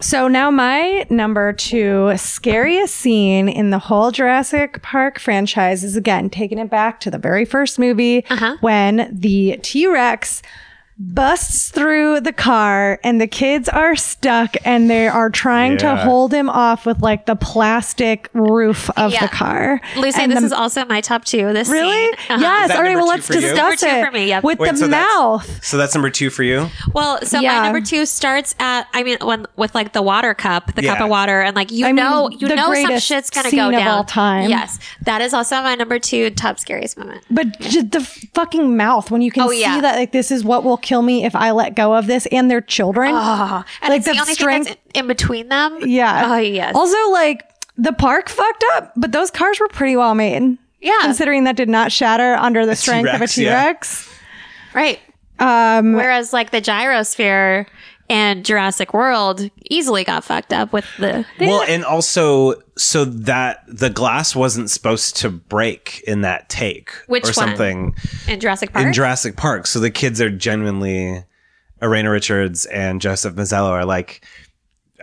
So now my number two scariest scene in the whole Jurassic Park franchise is again taking it back to the very first movie Uh-huh. when the T Rex busts through the car and the kids are stuck and they are trying to Yeah. hold him off with like the plastic roof of Yeah. the car. Lucy, And this the- is also my top two. This Really? scene. Uh-huh. Yes. All right. Well, let's for you? discuss Number two it for me, yep. with Wait, the so that's- mouth. So that's number two for you. Well, so my number two starts at I mean when with like the water cup, the cup Yeah. of water, and like you I mean, know you the know some greatest shit's gonna scene go of down. all time. Yes, that is also my number two top scariest moment. But just the fucking mouth when you can Oh, see yeah. that like this is what will kill me if I let go of this and their children. Oh, and like it's the, only thing that's in in between them. yeah. Oh yes. Also like the park fucked up, but those cars were pretty well made. Yeah. Considering that did not shatter under the strength of a T-Rex, T yeah. Rex. right. Um, Whereas like the gyrosphere and Jurassic World easily got fucked up with the Well, and also so that the glass wasn't supposed to break in that take Which or one? something. in Jurassic Park. in Jurassic Park. So the kids are genuinely Arena Richards and Joseph Mazzello are like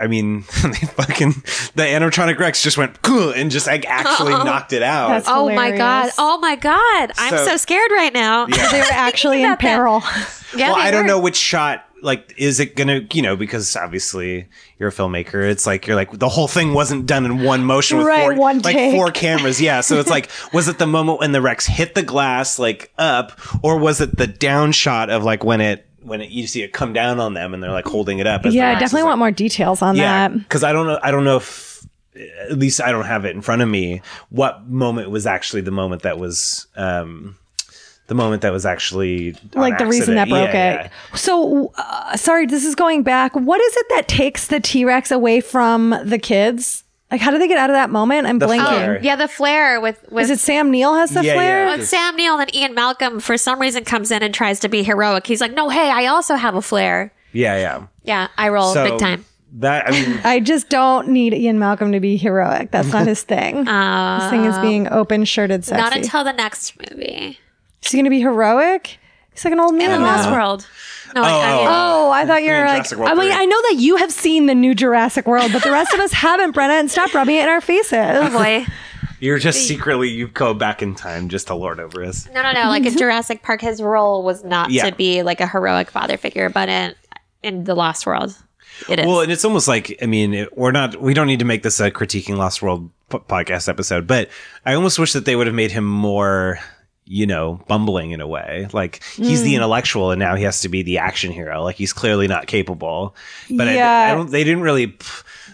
I mean, they fucking the animatronic Rex just went "Kuh," and just like actually Oh. knocked it out. oh my god! Oh my god! I'm So- so scared right now. Yeah. They were actually in peril. Yeah, well, they I don't were. know which shot. Like, is it gonna, you know, because obviously you're a filmmaker. It's like you're like the whole thing wasn't done in one motion with Right, four, one like take. four cameras. Yeah, so it's like, was it the moment when the Rex hit the glass like up, or was it the down shot of like when it when it, you see it come down on them and they're like holding it up? as the yeah, I Rex is, definitely want more details on yeah, that. because I don't know. I don't know if at least I don't have it in front of me. What moment was actually the moment that was um the moment that was actually on like the reason that accident. broke Yeah, yeah. it. So, uh, sorry, this is going back. What is it that takes the T Rex away from the kids? Like, how do they get out of that moment? I'm The blanking. flare. Oh, Yeah, the flare with, with Is it Sam Neill has the Yeah, flare? yeah. Well, it's Sam Neill and Ian Malcolm for some reason comes in and tries to be heroic. He's like, "No, hey, I also have a flare." Yeah, yeah. Yeah, I roll So, big time. That I mean, I just don't need Ian Malcolm to be heroic. That's not his thing. his thing is being open shirted sexy. Not until the next movie. Is he going to be heroic? He's like an old man. In the now. Lost World. No, oh, I thought you Yeah, were like. Jurassic World I mean, three. I know that you have seen the new Jurassic World, but the rest of us haven't, Brenna. And stop rubbing it in our faces. Oh boy. you're just secretly you go back in time just to lord over us. No, no, no. Like in Jurassic Park, his role was not Yeah. to be like a heroic father figure, but in in the Lost World, it is. Well, and it's almost like I mean, it, we're not we don't need to make this a critiquing Lost World p- podcast episode, but I almost wish that they would have made him more, you know, bumbling in a way. Like he's Hmm. the Mm. intellectual, and now he has to be the action hero. Like he's clearly not capable. But I- I, Yeah. don't. They didn't really.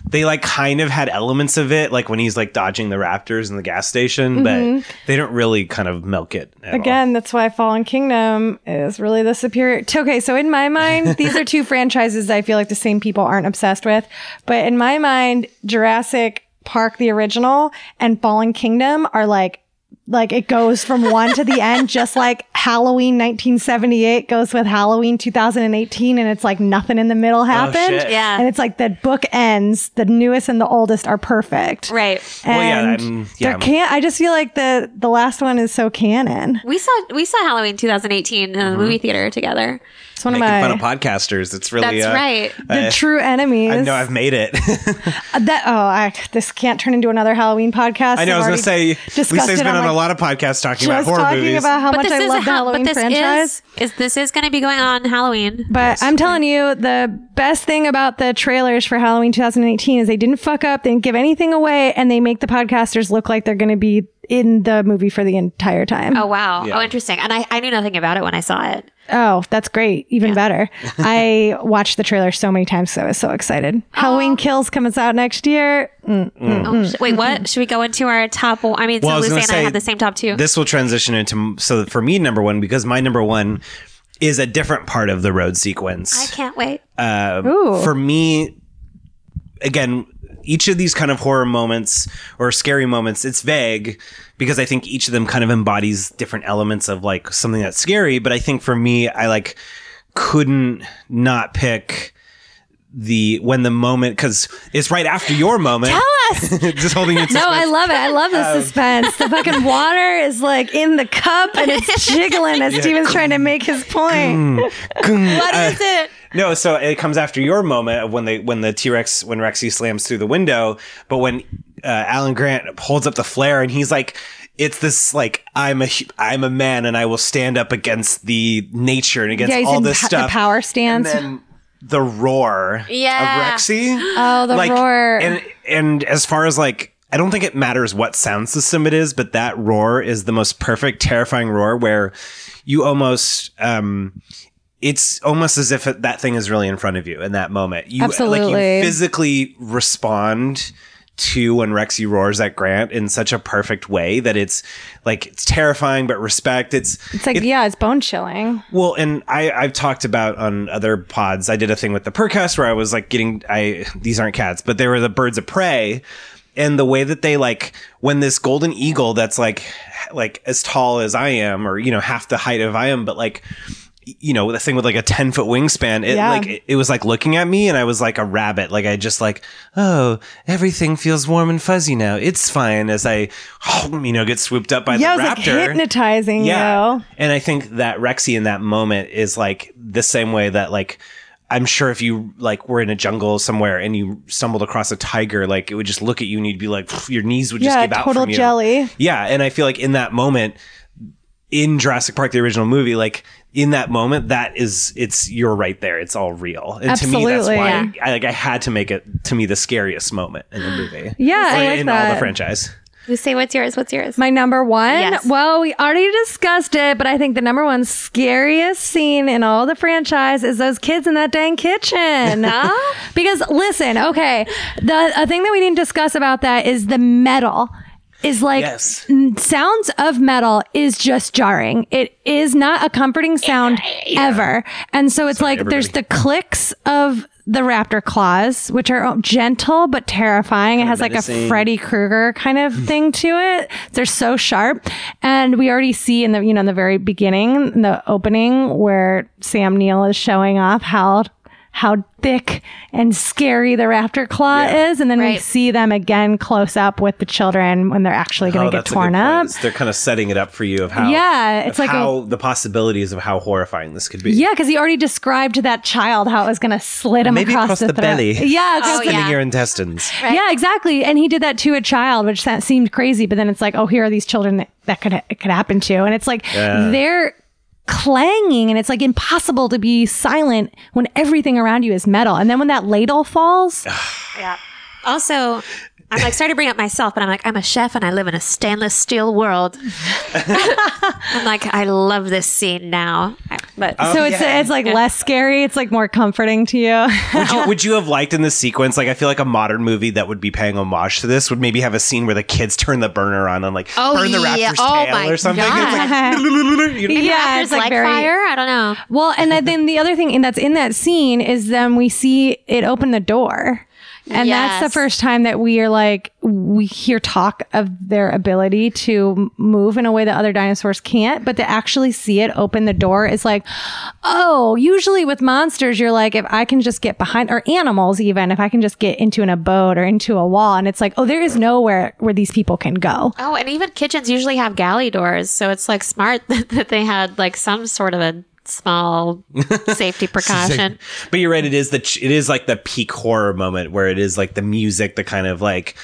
They like kind of had elements of it, like when he's like dodging the raptors in the gas station, Mhm. Mm-hmm. but they don't really kind of milk it. at all. Again, that's why Fallen Kingdom is really the superior. t- Okay, so in my mind, these are two franchises I feel like the same people aren't obsessed with. But in my mind, Jurassic Park, the original, and Fallen Kingdom are like, like it goes from one to the end, just like Halloween 1978 goes with Halloween 2018, and it's like nothing in the middle happened. Oh, shit. Yeah. And it's like the book ends, the newest and the oldest are perfect. Right. Well, yeah, And I'm- yeah, there I'm- can't, I just feel like the, the last one is so canon. we saw we saw Halloween 2018 in the movie theater together. It's one making of fun my of podcasters. It's really That's uh, right. the uh, true enemies. I know I've made it. that oh, I, this can't turn into another Halloween podcast. I know. I I've was going already to say discussed Lisa's it. been I'm on a like, lot of podcasts talking about just horror talking movies. about how much I is love the Hal- Halloween this franchise. Is, is this is going to be going on Halloween? But I'm telling you, the best thing about the trailers for Halloween 2018 is they didn't fuck up, they didn't give anything away, and they make the podcasters look like they're going to be in the movie for the entire time. Oh wow! Yeah. Oh, interesting. And I, I knew nothing about it when I saw it. Oh, that's great. Even better. I watched the trailer so many times, so I was so excited. Halloween Kills comes out next year. Mm, mm, Oh, mm. sh- wait, what? Should we go into our top? One? I mean, Hmm. Well, I was so Lucy and gonna I say, had the same top two. This will transition into m- so for me number one because my number one is a different part of the road I sequence. can't wait. Um, Ooh. for me, again, each of these kind of horror moments or scary moments, it's vague because I think each of them kind of embodies different elements of like something that's scary. But I think for me, I like couldn't not pick the when the moment because it's right after your moment. Tell us. just holding it. No, I love it. I love the Um, suspense. The fucking water is like in the cup and it's jiggling as Yeah. Steven's trying to make his point. What is it? No, so it comes after your moment of when they when the T Rex when Rexy slams through the window, but when uh, Alan Grant holds up the flare and he's like, "It's this like I'm a hu- I'm a man and I will stand up against the nature and against yeah, he's all in this pa- stuff." the power stance. the roar Yeah. of Rexy. Oh, the like, roar. And and as far as like I don't think it matters what sound system it is, but that roar is the most perfect, terrifying roar where you almost um it's almost as if it, that thing is really in front of you in that moment. You like Absolutely. you physically respond to when Rexy roars at Grant in such a perfect way that it's like it's terrifying but respect. It's it's like, yeah, it's bone chilling. well, and I, I've talked about on other pods. I did a thing with the Percast where I was like getting I these aren't cats, but they were the birds of prey, and the way that they like when this golden eagle that's like like as tall as I am, or you know half the height of I am, but like you know the thing with like a 10 foot wingspan it Yeah. like it, it was like looking at me and i was like a rabbit like i just like oh everything feels warm and fuzzy now it's fine as i you know get swooped up by yeah, the it was like raptor hypnotizing you. and I think that Rexy in that moment is like the same way that like I'm sure if you like were in a jungle somewhere and you stumbled across a tiger, like it would just look at you and you'd be like, "Pff," your knees would just Yeah, give out. total from you. jelly. Yeah, and I feel like in that moment, in Jurassic Park, the original movie, like in that moment, that is it's you're right there. It's all real, and to me, that's Absolutely. why Yeah. I like I had to make it to me the scariest moment in the movie. Yeah, I Or like in all that. the franchise. You say what's yours? What's yours? My number one. Yes. Well, we already discussed it, but I think the number one scariest scene in all the franchise is those kids in that dang kitchen. because listen, okay, the a thing that we didn't discuss about that is the metal. Is like n- sounds of metal is just jarring. It is not a comforting sound ever. And so it's like there's the clicks of the raptor claws, which are gentle but terrifying. It has like a menacing. Freddy Krueger kind of thing to it. They're so sharp, and we already see in the you know in the very beginning, in the opening where Sam Neill is showing off how how thick and scary the raptor claw is, and then we Right. see them again close up with the children when they're actually going Oh, to get that's a good torn point. up. They're kind of setting it up for you of how Yeah, of it's like a- how the possibilities of how horrifying this could be. Yeah, because he already described to that child how it was going to slit him Maybe across, across the, throat. belly. Yeah, across Splitting the- your intestines. yeah, exactly. And he did that to a child, which that seemed crazy. But then it's like, oh, here are these children that, that could it could happen to, and it's like Yeah. they're clanging, and it's like impossible to be silent when everything around you is metal. And then when that ladle falls, Uh-huh. Yeah. Also, I'm like starting to bring up myself, but I'm like, I'm a chef and I live in a stainless steel world. I'm like, I love this scene now. I- But Uh, so it's it's like less scary. It's like more comforting to you. Would you, would you have liked in this sequence? Like, I feel like a modern movie that would be paying homage to this would maybe have a scene where the kids turn the burner on and like Oh, burn the yeah. raptor's Oh, tail my or something. God. It's like, Maybe raptors like fire? I don't know. Well, and then- then the other thing that's in that scene is then we see it open the door. And that's Yes. the first time that we are like, we hear talk of their ability to move in a way that other dinosaurs can't, but to actually see it open the door is like, oh, usually with monsters, you're like, if I can just get behind, or animals even, if I can just get into an abode or into a wall, and it's like, oh, there is nowhere where these people can go. Oh, and even kitchens usually have galley doors, so it's like smart that they had like some sort of a small safety precaution. but you're right. It is the ch- it is like the peak horror moment where it is like the music, the kind of like.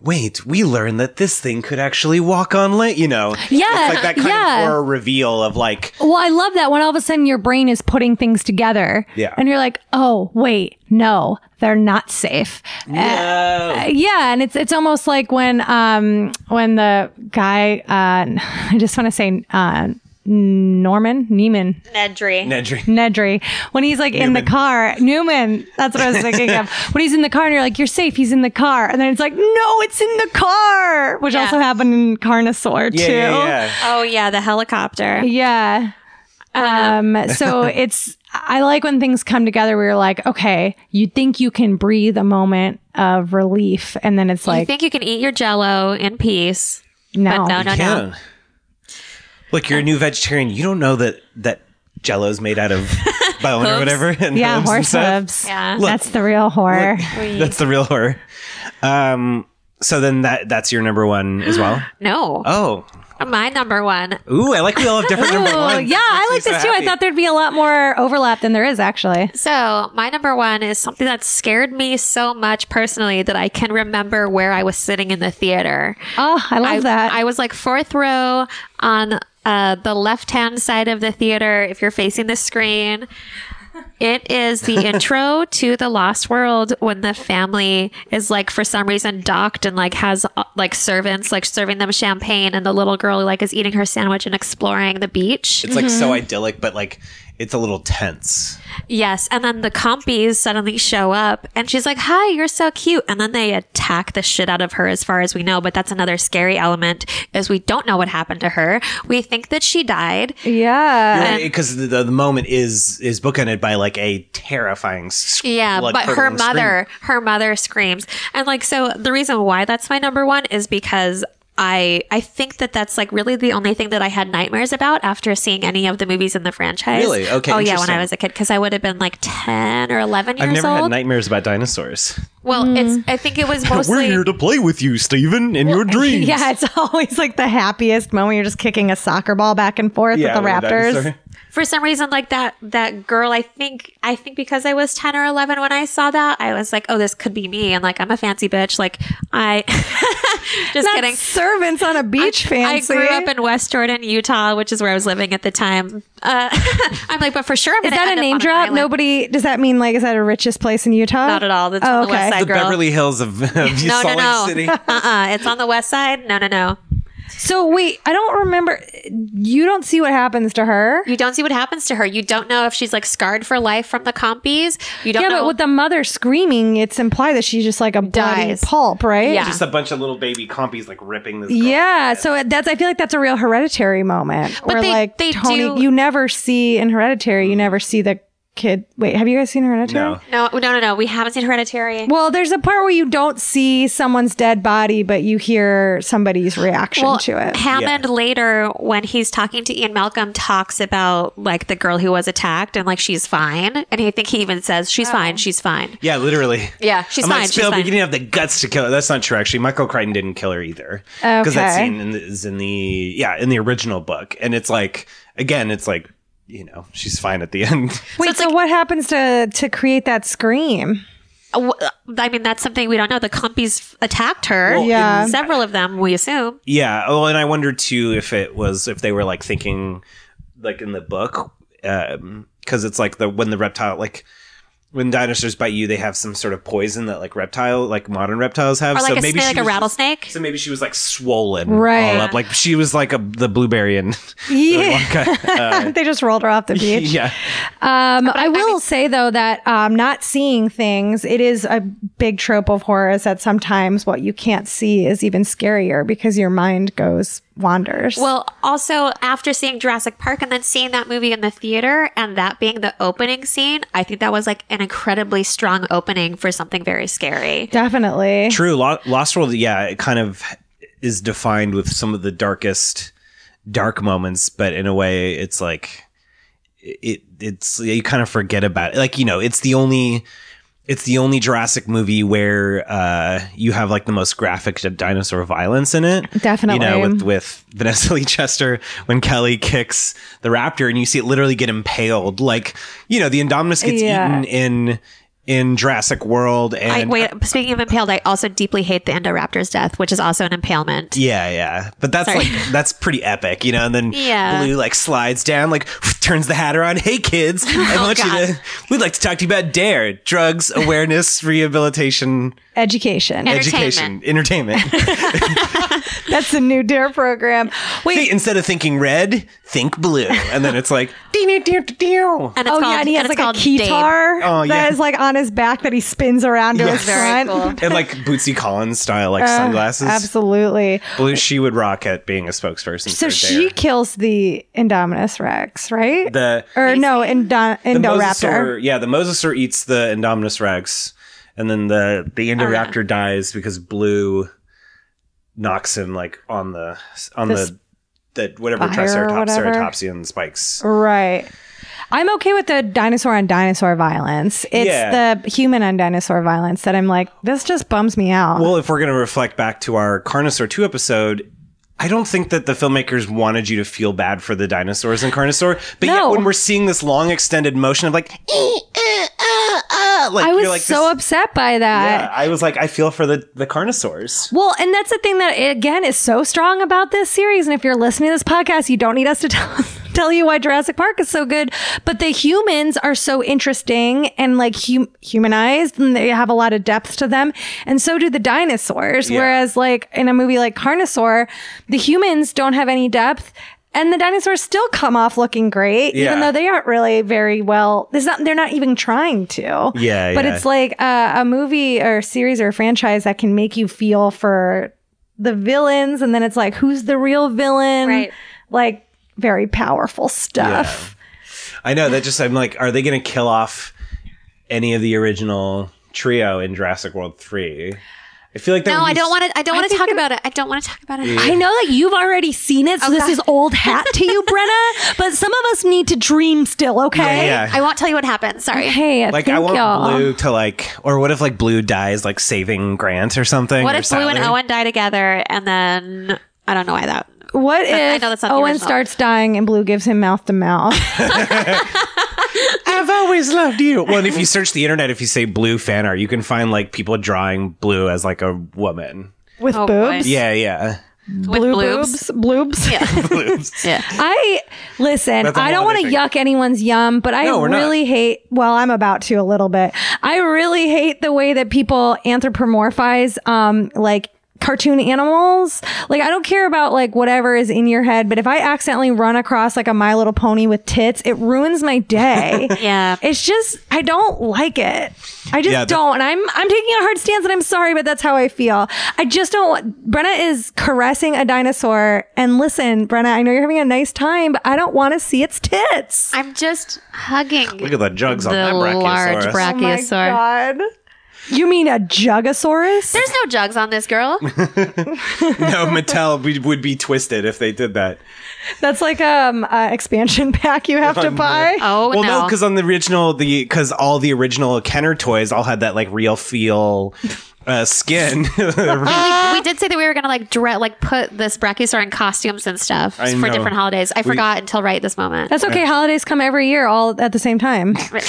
Wait, we learned that this thing could actually walk on land. You know, Yeah, it's like that kind yeah. of horror reveal of like Well, I love that when all of a sudden your brain is putting things together. Yeah. And you're like, oh, wait, no, they're not safe. No. yeah. And it's it's almost like when um when the guy uh I just want to say uh Norman Neiman. Nedry. Nedry. Nedry. When he's like in the car, Newman, that's what I was thinking of. When he's in the car and you're like, you're safe, he's in the car. And then it's like, no, it's in the car, which Yeah. also happened in Carnosaur too. Oh yeah, the helicopter. Yeah. Um, so it's I like when things come together where you're like, okay, you think you can breathe a moment of relief and then it's you like think you can eat your jello in peace. No. But no, no, no. Yeah. Look, you're a new vegetarian. You don't know that that Jello's made out of bone or whatever. and yeah, hooves and horse stuff. hooves. Yeah. Look, That's the real horror. That's the real horror. Um, so then that that's your number one as well. No. Oh, My number one. ooh, I like we all have different number Ooh, ones. yeah, I like Makes me this so too. I happy. thought there'd be a lot more overlap than there is actually. So, my number one is something that scared me so much personally that I can remember where I was sitting in the theater. Oh, I love that. I was like fourth row on uh, the left hand side of the theater if you're facing the screen. It is the intro to The Lost World when the family is like for some reason docked and like has uh, like servants like serving them champagne and the little girl like is eating her sandwich and exploring the beach. It's like so Mm-hmm. idyllic, but like it's a little tense. Yes, and then the compies suddenly show up, and she's like, "Hi, you're so cute," and then they attack the shit out of her, as far as we know. But that's another scary element is we don't know what happened to her. We think that she died. Yeah, Because the, the, the moment is is bookended by like a terrifying. sc- yeah, but her blood-curdling scream. mother, her mother screams, and like so. The reason why that's my number one is because. I, I think that that's like really the only thing that I had nightmares about after seeing any of the movies in the franchise. Really? Okay, Oh yeah, when interesting. I was a kid, because I would have been like ten or eleven years I've never old. had nightmares about dinosaurs. well, it's I think it was mostly We're here to play with you, Steven, in your dreams. Yeah, it's always like the happiest moment. You're just kicking a soccer ball back and forth Yeah, with the with a raptors. dinosaur. for some reason like that that girl i think i think because i was 10 or 11 when i saw that i was like oh this could be me and like i'm a fancy bitch like i just Not kidding servants on a beach fancy. I grew up in West Jordan, Utah, which is where I was living at the time. Uh, I'm like, but for sure, I'm Is gonna that a end up name on an drop? island. Nobody Oh, does that mean like is that a richest place in Utah? Not at all. That's on the West Side the girl. Beverly Hills of, of no, no, Salt Lake no. City. uh-uh. It's on the West Side. No, no, no. So wait, I don't remember. You don't see what happens to her. You don't see what happens to her. You don't know if she's like scarred for life from the compies. You don't yeah, know. but with the mother screaming, it's implied that she's just like a bloody Dies. pulp, right? Just a bunch of little baby compies like ripping this. yeah, so that's I feel like that's a real hereditary moment. But where they- like they Tony, do- you never see in hereditary, you never see the kid. Wait, have you guys seen Hereditary? No, no, no, no. We haven't seen Hereditary. Well, there's a part where you don't see someone's dead body, but you hear somebody's reaction Well, to it. Hammond later, when he's talking to Ian Malcolm, talks about like the girl who was attacked and like she's fine. And I think he even says she's fine, she's fine. Yeah, literally. Yeah, she's I'm fine. Like, she's Spielberg, fine. you didn't have the guts to kill her. That's not true, actually. Michael Crichton didn't kill her either, because that Okay. scene in the, is in the yeah in the original book, and it's like again, it's like you know she's fine at the end. Wait, so, what happens to to create that scream? Uh, w- I mean, that's something we don't know. The Compies f- attacked her. Well, Yeah. in- several of them, we assume. Yeah. Oh, and I wonder too if it was if they were like thinking like in the book because it's like the when the reptile like when dinosaurs bite you they have some sort of poison that like reptile like modern reptiles have Or like a snake, she like a was just- rattlesnake. so maybe she was like swollen Right. all up like she was like a the blueberry and Yeah, Uh, they just rolled her off the beach. yeah Um, I will say though that um, not seeing things, it is a big trope of horror is that sometimes what you can't see is even scarier because your mind goes wanders. Well, also after seeing Jurassic Park and then seeing that movie in the theater and that being the opening scene, I think that was like an incredibly strong opening for something very scary. definitely. True. Lo- Lost World, yeah, it kind of is defined with some of the darkest, dark moments, but in a way, it's like it. It's you kind of forget about it. Like you know, it's the only. It's the only Jurassic movie where uh, you have like the most graphic dinosaur violence in it. Definitely. you know, with, with Vanessa Lee Chester when Kelly kicks the raptor and you see it literally get impaled. Like you know, the Indominus gets Yeah. eaten in in Jurassic World, and I, wait, speaking of impaled, I also deeply hate the Endoraptor's death, which is also an impalement. Yeah, yeah. But that's Sorry. like that's pretty epic, you know. And then Yeah. Blue like slides down, like turns the hat around. Hey kids, I Oh, want you to we'd like to talk to you about DARE, drugs, awareness, rehabilitation, Education. education, entertainment. That's the new dare program. Wait, Think- instead of thinking red, think blue. And then it's like oh And it's yeah, called- and he and has it's like a called keytar Dave. Oh, yeah. that is like on his back that he spins around to yes. his front. and like Bootsy Collins style like Uh, sunglasses. absolutely. Blue she would rock at being a spokesperson So for she DARE. kills the Indominus Rex, right? The or no, Indo- the Indoraptor. Mosasaur, yeah, the Mosasaur eats the Indominus Rex, and then the Oh, the Indoraptor dies because Blue knocks him like on the on The the the whatever spire or Triceratops whatever. Ceratopsian spikes. Right. I'm okay with the dinosaur on dinosaur violence. It's Yeah. the human on dinosaur violence that I'm like, this just bums me out. Well, if we're gonna reflect back to our Carnosaur two episode. I don't think that the filmmakers wanted you to feel bad for the dinosaurs in Carnosaur, but yet when we're seeing this long extended motion of like, "Eh, like, I you're was like, so upset by that. yeah, I was like, I feel for the the Carnosaurs. Well, and that's the thing that again is so strong about this series. And if you're listening to this podcast, you don't need us to tell tell you why Jurassic Park is so good. But the humans are so interesting and like hum- humanized, and they have a lot of depth to them. And so do the dinosaurs. Yeah. Whereas, like in a movie like Carnosaur, the humans don't have any depth. And the dinosaurs still come off looking great, even Yeah. though they aren't really very well. There's not, they're not even trying to. Yeah, But yeah. it's like uh, a movie or series or franchise that can make you feel for the villains, and then it's like, who's the real villain? Right. Like very powerful stuff. I know that just I'm like, are they going to kill off any of the original trio in Jurassic World three? I feel like that No, would be I don't s- want to. I don't want to talk about it. I don't want to talk about it. Yeah. I know that you've already seen Oh, it, so this is old hat to you, Brenna. But some of us need to dream still, okay? Yeah, yeah. I won't tell you what happened. Sorry. Hey, Like I want Blue to like, or what if like Blue dies like saving Grant or something? What or if Blue and Sally? Owen die together and then I don't know why that. What I- I if know that's not the Owen original. starts dying and Blue gives him mouth to mouth? I've always loved you. Well, and if you search the internet, if you say Blue fan art, you can find like people drawing Blue as like a woman With Oh, boy. boobs? Yeah, yeah. Blue boobs? Bloobs? Yeah. yeah. I listen, That's a I don't whole want other to thing. yuck anyone's yum, but I No, we're not. really hate well, I'm about to a little bit. I really hate the way that people anthropomorphize um like cartoon animals. Like I don't care about like whatever is in your head, but if I accidentally run across like a My Little Pony with tits, it ruins my day. yeah. It's just I don't like it. I just Yeah, the- don't. And I'm I'm taking a hard stance and I'm sorry, but that's how I feel. I just don't want Brenna is caressing a dinosaur and listen, Brenna, I know you're having a nice time, but I don't want to see its tits. I'm just hugging. Look at the jugs on The that brachiosaurus. large brach- Brachiosaur. Oh my god. You mean a jugosaurus? There's no jugs on this girl. no, Mattel would- would be twisted if they did that. That's like um uh, expansion pack you have to buy. Oh well, no, because on the original, the because all the original Kenner toys all had that like real feel uh, skin. we, we did say that we were gonna like direct, like put this brachiosaur in costumes and stuff I for know. different holidays. I We- forgot until right this moment. That's okay. Holidays come every year, all at the same time. Well,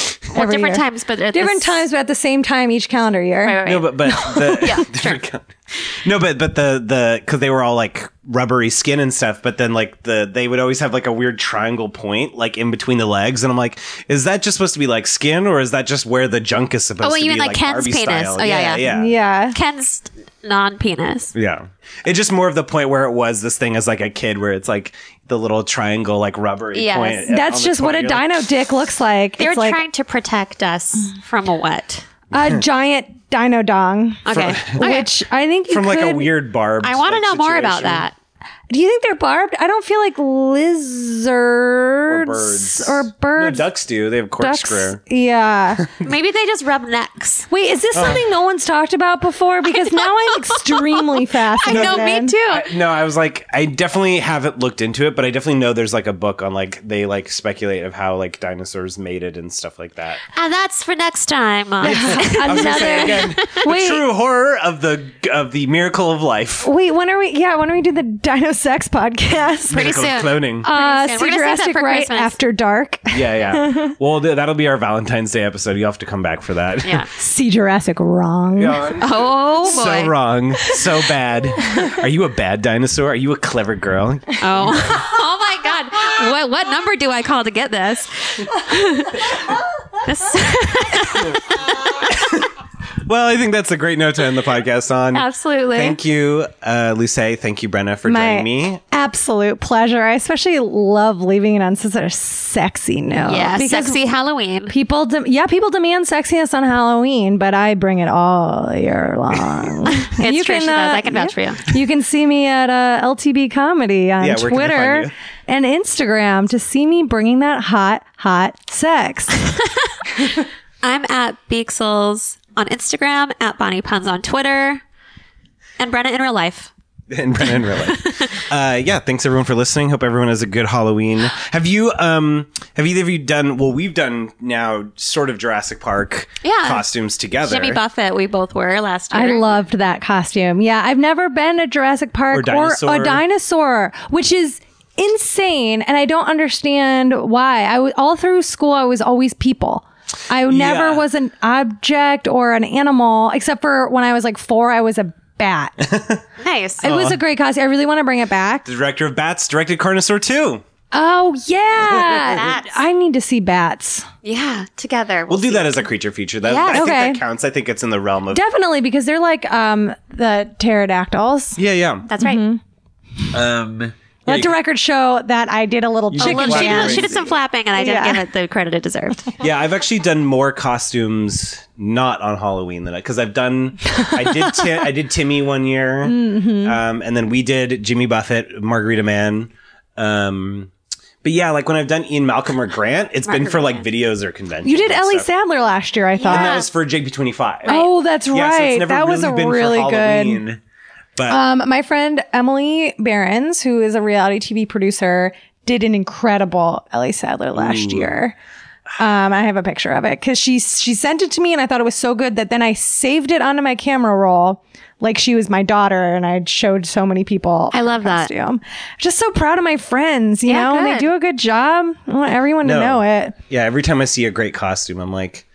Every different year. times, but at the different times, but at the same time each calendar year. No, but but the, no, but but the the because they were all like rubbery skin and stuff. But then like the they would always have like a weird triangle point like in between the legs, and I'm like, is that just supposed to be like skin, or is that just where the junk is supposed Oh, well, to you be? mean like Ken's Barbie penis? style? Oh, yeah, yeah, yeah. Ken's non-penis. Yeah. It's just more of the point where it was this thing as like a kid where it's like the little triangle like rubbery Yes. point. That's just what a dino dick looks like. They were it's like trying to protect us from a what? a giant dino dong. Okay. From- Which I think you From like a could- weird barb. I want to know more about that. Do you think they're barbed? I don't feel like lizards or Birds. or birds. No, ducks do. They have corkscrew. Yeah. Maybe they just rub necks. Wait, is this Oh. something no one's talked about before? Because now I'm extremely fascinated. I- no, I was like, I definitely haven't looked into it, but I definitely know there's like a book on like they like speculate of how like dinosaurs mated and stuff like that. And that's for next time. on- I was gonna say again, the true horror of the of the miracle of life. Wait, when are we? Yeah, when are we doing the Dino Sex podcast? Pretty Miracle of soon. cloning. Pretty Uh, soon. so We're gonna save that Jurassic for Right Christmas. after dark. Yeah, yeah. well, th- that'll be our Valentine's Day episode. You'll have to come back for that. See Jurassic wrong. Oh so wrong, so bad. Are you a bad dinosaur? Are you a clever girl? Oh, oh my God! What what number do I call to get this? this Well, I think that's a great note to end the podcast on. Absolutely. Thank you, uh, Luce. Thank you, Brenna, for My joining me. absolute pleasure. I especially love leaving it on such a sexy note. Yeah, Because sexy Halloween. People, de- yeah, people demand sexiness on Halloween, but I bring it all year long. uh, it's true. she does. I can vouch for you. You can see me at uh, LTB Comedy on Yeah, where can they find Twitter you? and Instagram to see me bringing that hot, hot sex. I'm at Beaksels on Instagram, at Bonnie Puns on Twitter, and Brenna in real life. and Brenna in real life. Uh, yeah, thanks everyone for listening. Hope everyone has a good Halloween. Have you um have either of you done well we've done now sort of Jurassic Park Yeah. costumes together. Jimmy Buffett, we both were last year. I loved that costume. Yeah, I've never been a Jurassic Park Or or, dinosaur. a dinosaur, which is insane, and I don't understand why. I was all through school, I was always people. I never Yeah. was an object or an animal, except for when I was like four, I was a bat. nice. It was a great costume. I really want to bring it back. the director of Bats directed Carnosaur 2. Oh yeah, Bats. I need to see bats. Yeah, together. We'll do that as a creature feature. That, Yeah, I think okay. that counts. I think it's in the realm of Definitely because they're like um the pterodactyls. Yeah, yeah. That's right. Um, Let the record show that I did a little You did chicken a little- she, dance. did, she did some flapping, and I didn't Yeah. give it the credit it deserved. yeah, I've actually done more costumes not on Halloween than I because I've done. I did. Ti- I did Timmy one year, Mhm. um, and then we did Jimmy Buffett, Margarita Man. Um, but yeah, like when I've done Ian Malcolm or Grant, it's been for like videos or conventions. You did and Ellie stuff. Sadler last year, I thought. and that was for JP twenty five. Oh, that's Yeah, so right. it's never that was really a been really for good. Halloween, But Um, my friend Emily Behrens, who is a reality TV producer, did an incredible Ellie Sadler last Ooh. year. Um, I have a picture of it because she she sent it to me and I thought it was so good that then I saved it onto my camera roll like she was my daughter and I showed so many people. I love that. Costume. Just so proud of my friends, you Yeah, know, and they good. do a good job. I want everyone to know it. Yeah, every time I see a great costume, I'm like,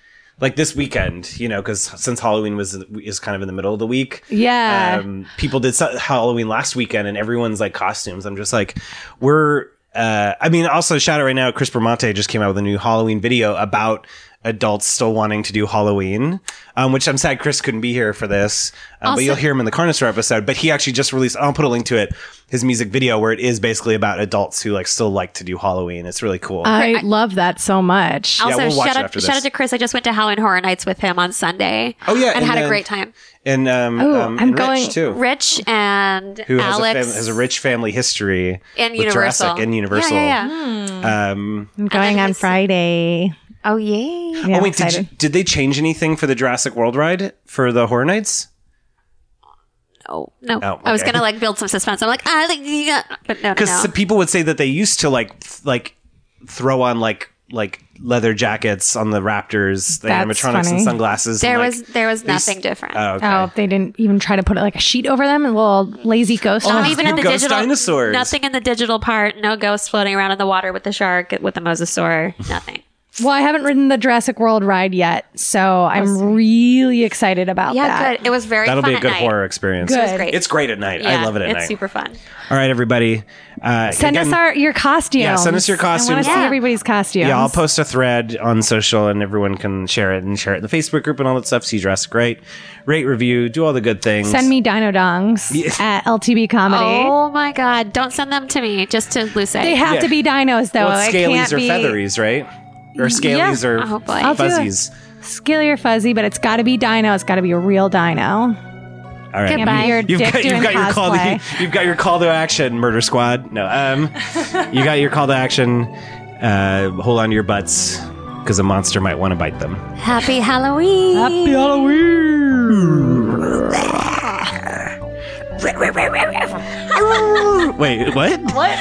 like this weekend, you know, because since Halloween was is kind of in the middle of the week. Yeah. um, people did so- Halloween last weekend, and everyone's like costumes. I'm just like, we're. Uh, I mean, also shout out right now. Chris Bramante just came out with a new Halloween video about adults still wanting to do Halloween, um, which I'm sad Chris couldn't be here for this, um, Also- but you'll hear him in the Carnosaur episode. But he actually just released, I'll put a link to it, his music video where it is basically about adults who like still like to do Halloween. It's really cool. I love that so much. Yeah, Also, we'll watch shout, it out, after shout this. out to Chris. I just went to Halloween Horror Nights with him on Sunday. Oh, yeah, and, and had a then- great time. and um, Oh, um, I'm and going Rich too. Rich and who has a, Alex fam- has a rich family history and with Universal Jurassic and Universal. Hmm. Yeah, yeah, Mm-hmm. Um, I'm going on Friday. Oh yay! oh wait, did, you, did they change anything for the Jurassic World ride for the Horror Nights? No, no. Oh, I was okay. gonna like build some suspense. I'm like, I think, yeah. but no, no, because no. people would say that they used to like th- like throw on like like leather jackets on the Raptors, the That's animatronics funny. and sunglasses. there and, like- was there was they s- nothing different. Oh, okay. Oh, they didn't even try to put like a sheet over them, a little lazy ghost. Oh, Not on even in them. the digital. Nothing in the digital part. No ghosts floating around in the water with the shark, with the mosasaur. Nothing. Well, I haven't ridden the Jurassic World ride yet, so I'm really excited about yeah, that. good. It was very. That'll fun be a at good night. horror experience. Good. It was great. It's great at night. I Yeah, love it at it's night. super fun. All right, everybody. Uh, Send us again- our your costumes. Yeah, send us your I want costumes. to see Yeah. everybody's costumes. Yeah, I'll post a thread on social and everyone can share it and share it in the Facebook group and all that stuff. See Jurassic Right. Rate, review, do all the good things. Send me Dino Dongs at LTB Comedy. Oh my god! Don't send them to me. Just to Luce. They have Yeah. to be dinos though. well, it's it scalies can't or be featheries, right? Or scalies Yeah. or Oh, boy. I'll do it. fuzzies. Scaly or fuzzy, but it's got to be dino. It's got to be a real dino. All right. Can't be your You've dick got, you've doing got your call to, cosplay. you've got your call to action, Murder Squad. No, um, you got your call to action. Uh, hold on to your butts because a monster might want to bite them. Happy Halloween. Happy Halloween. Wait, what? What?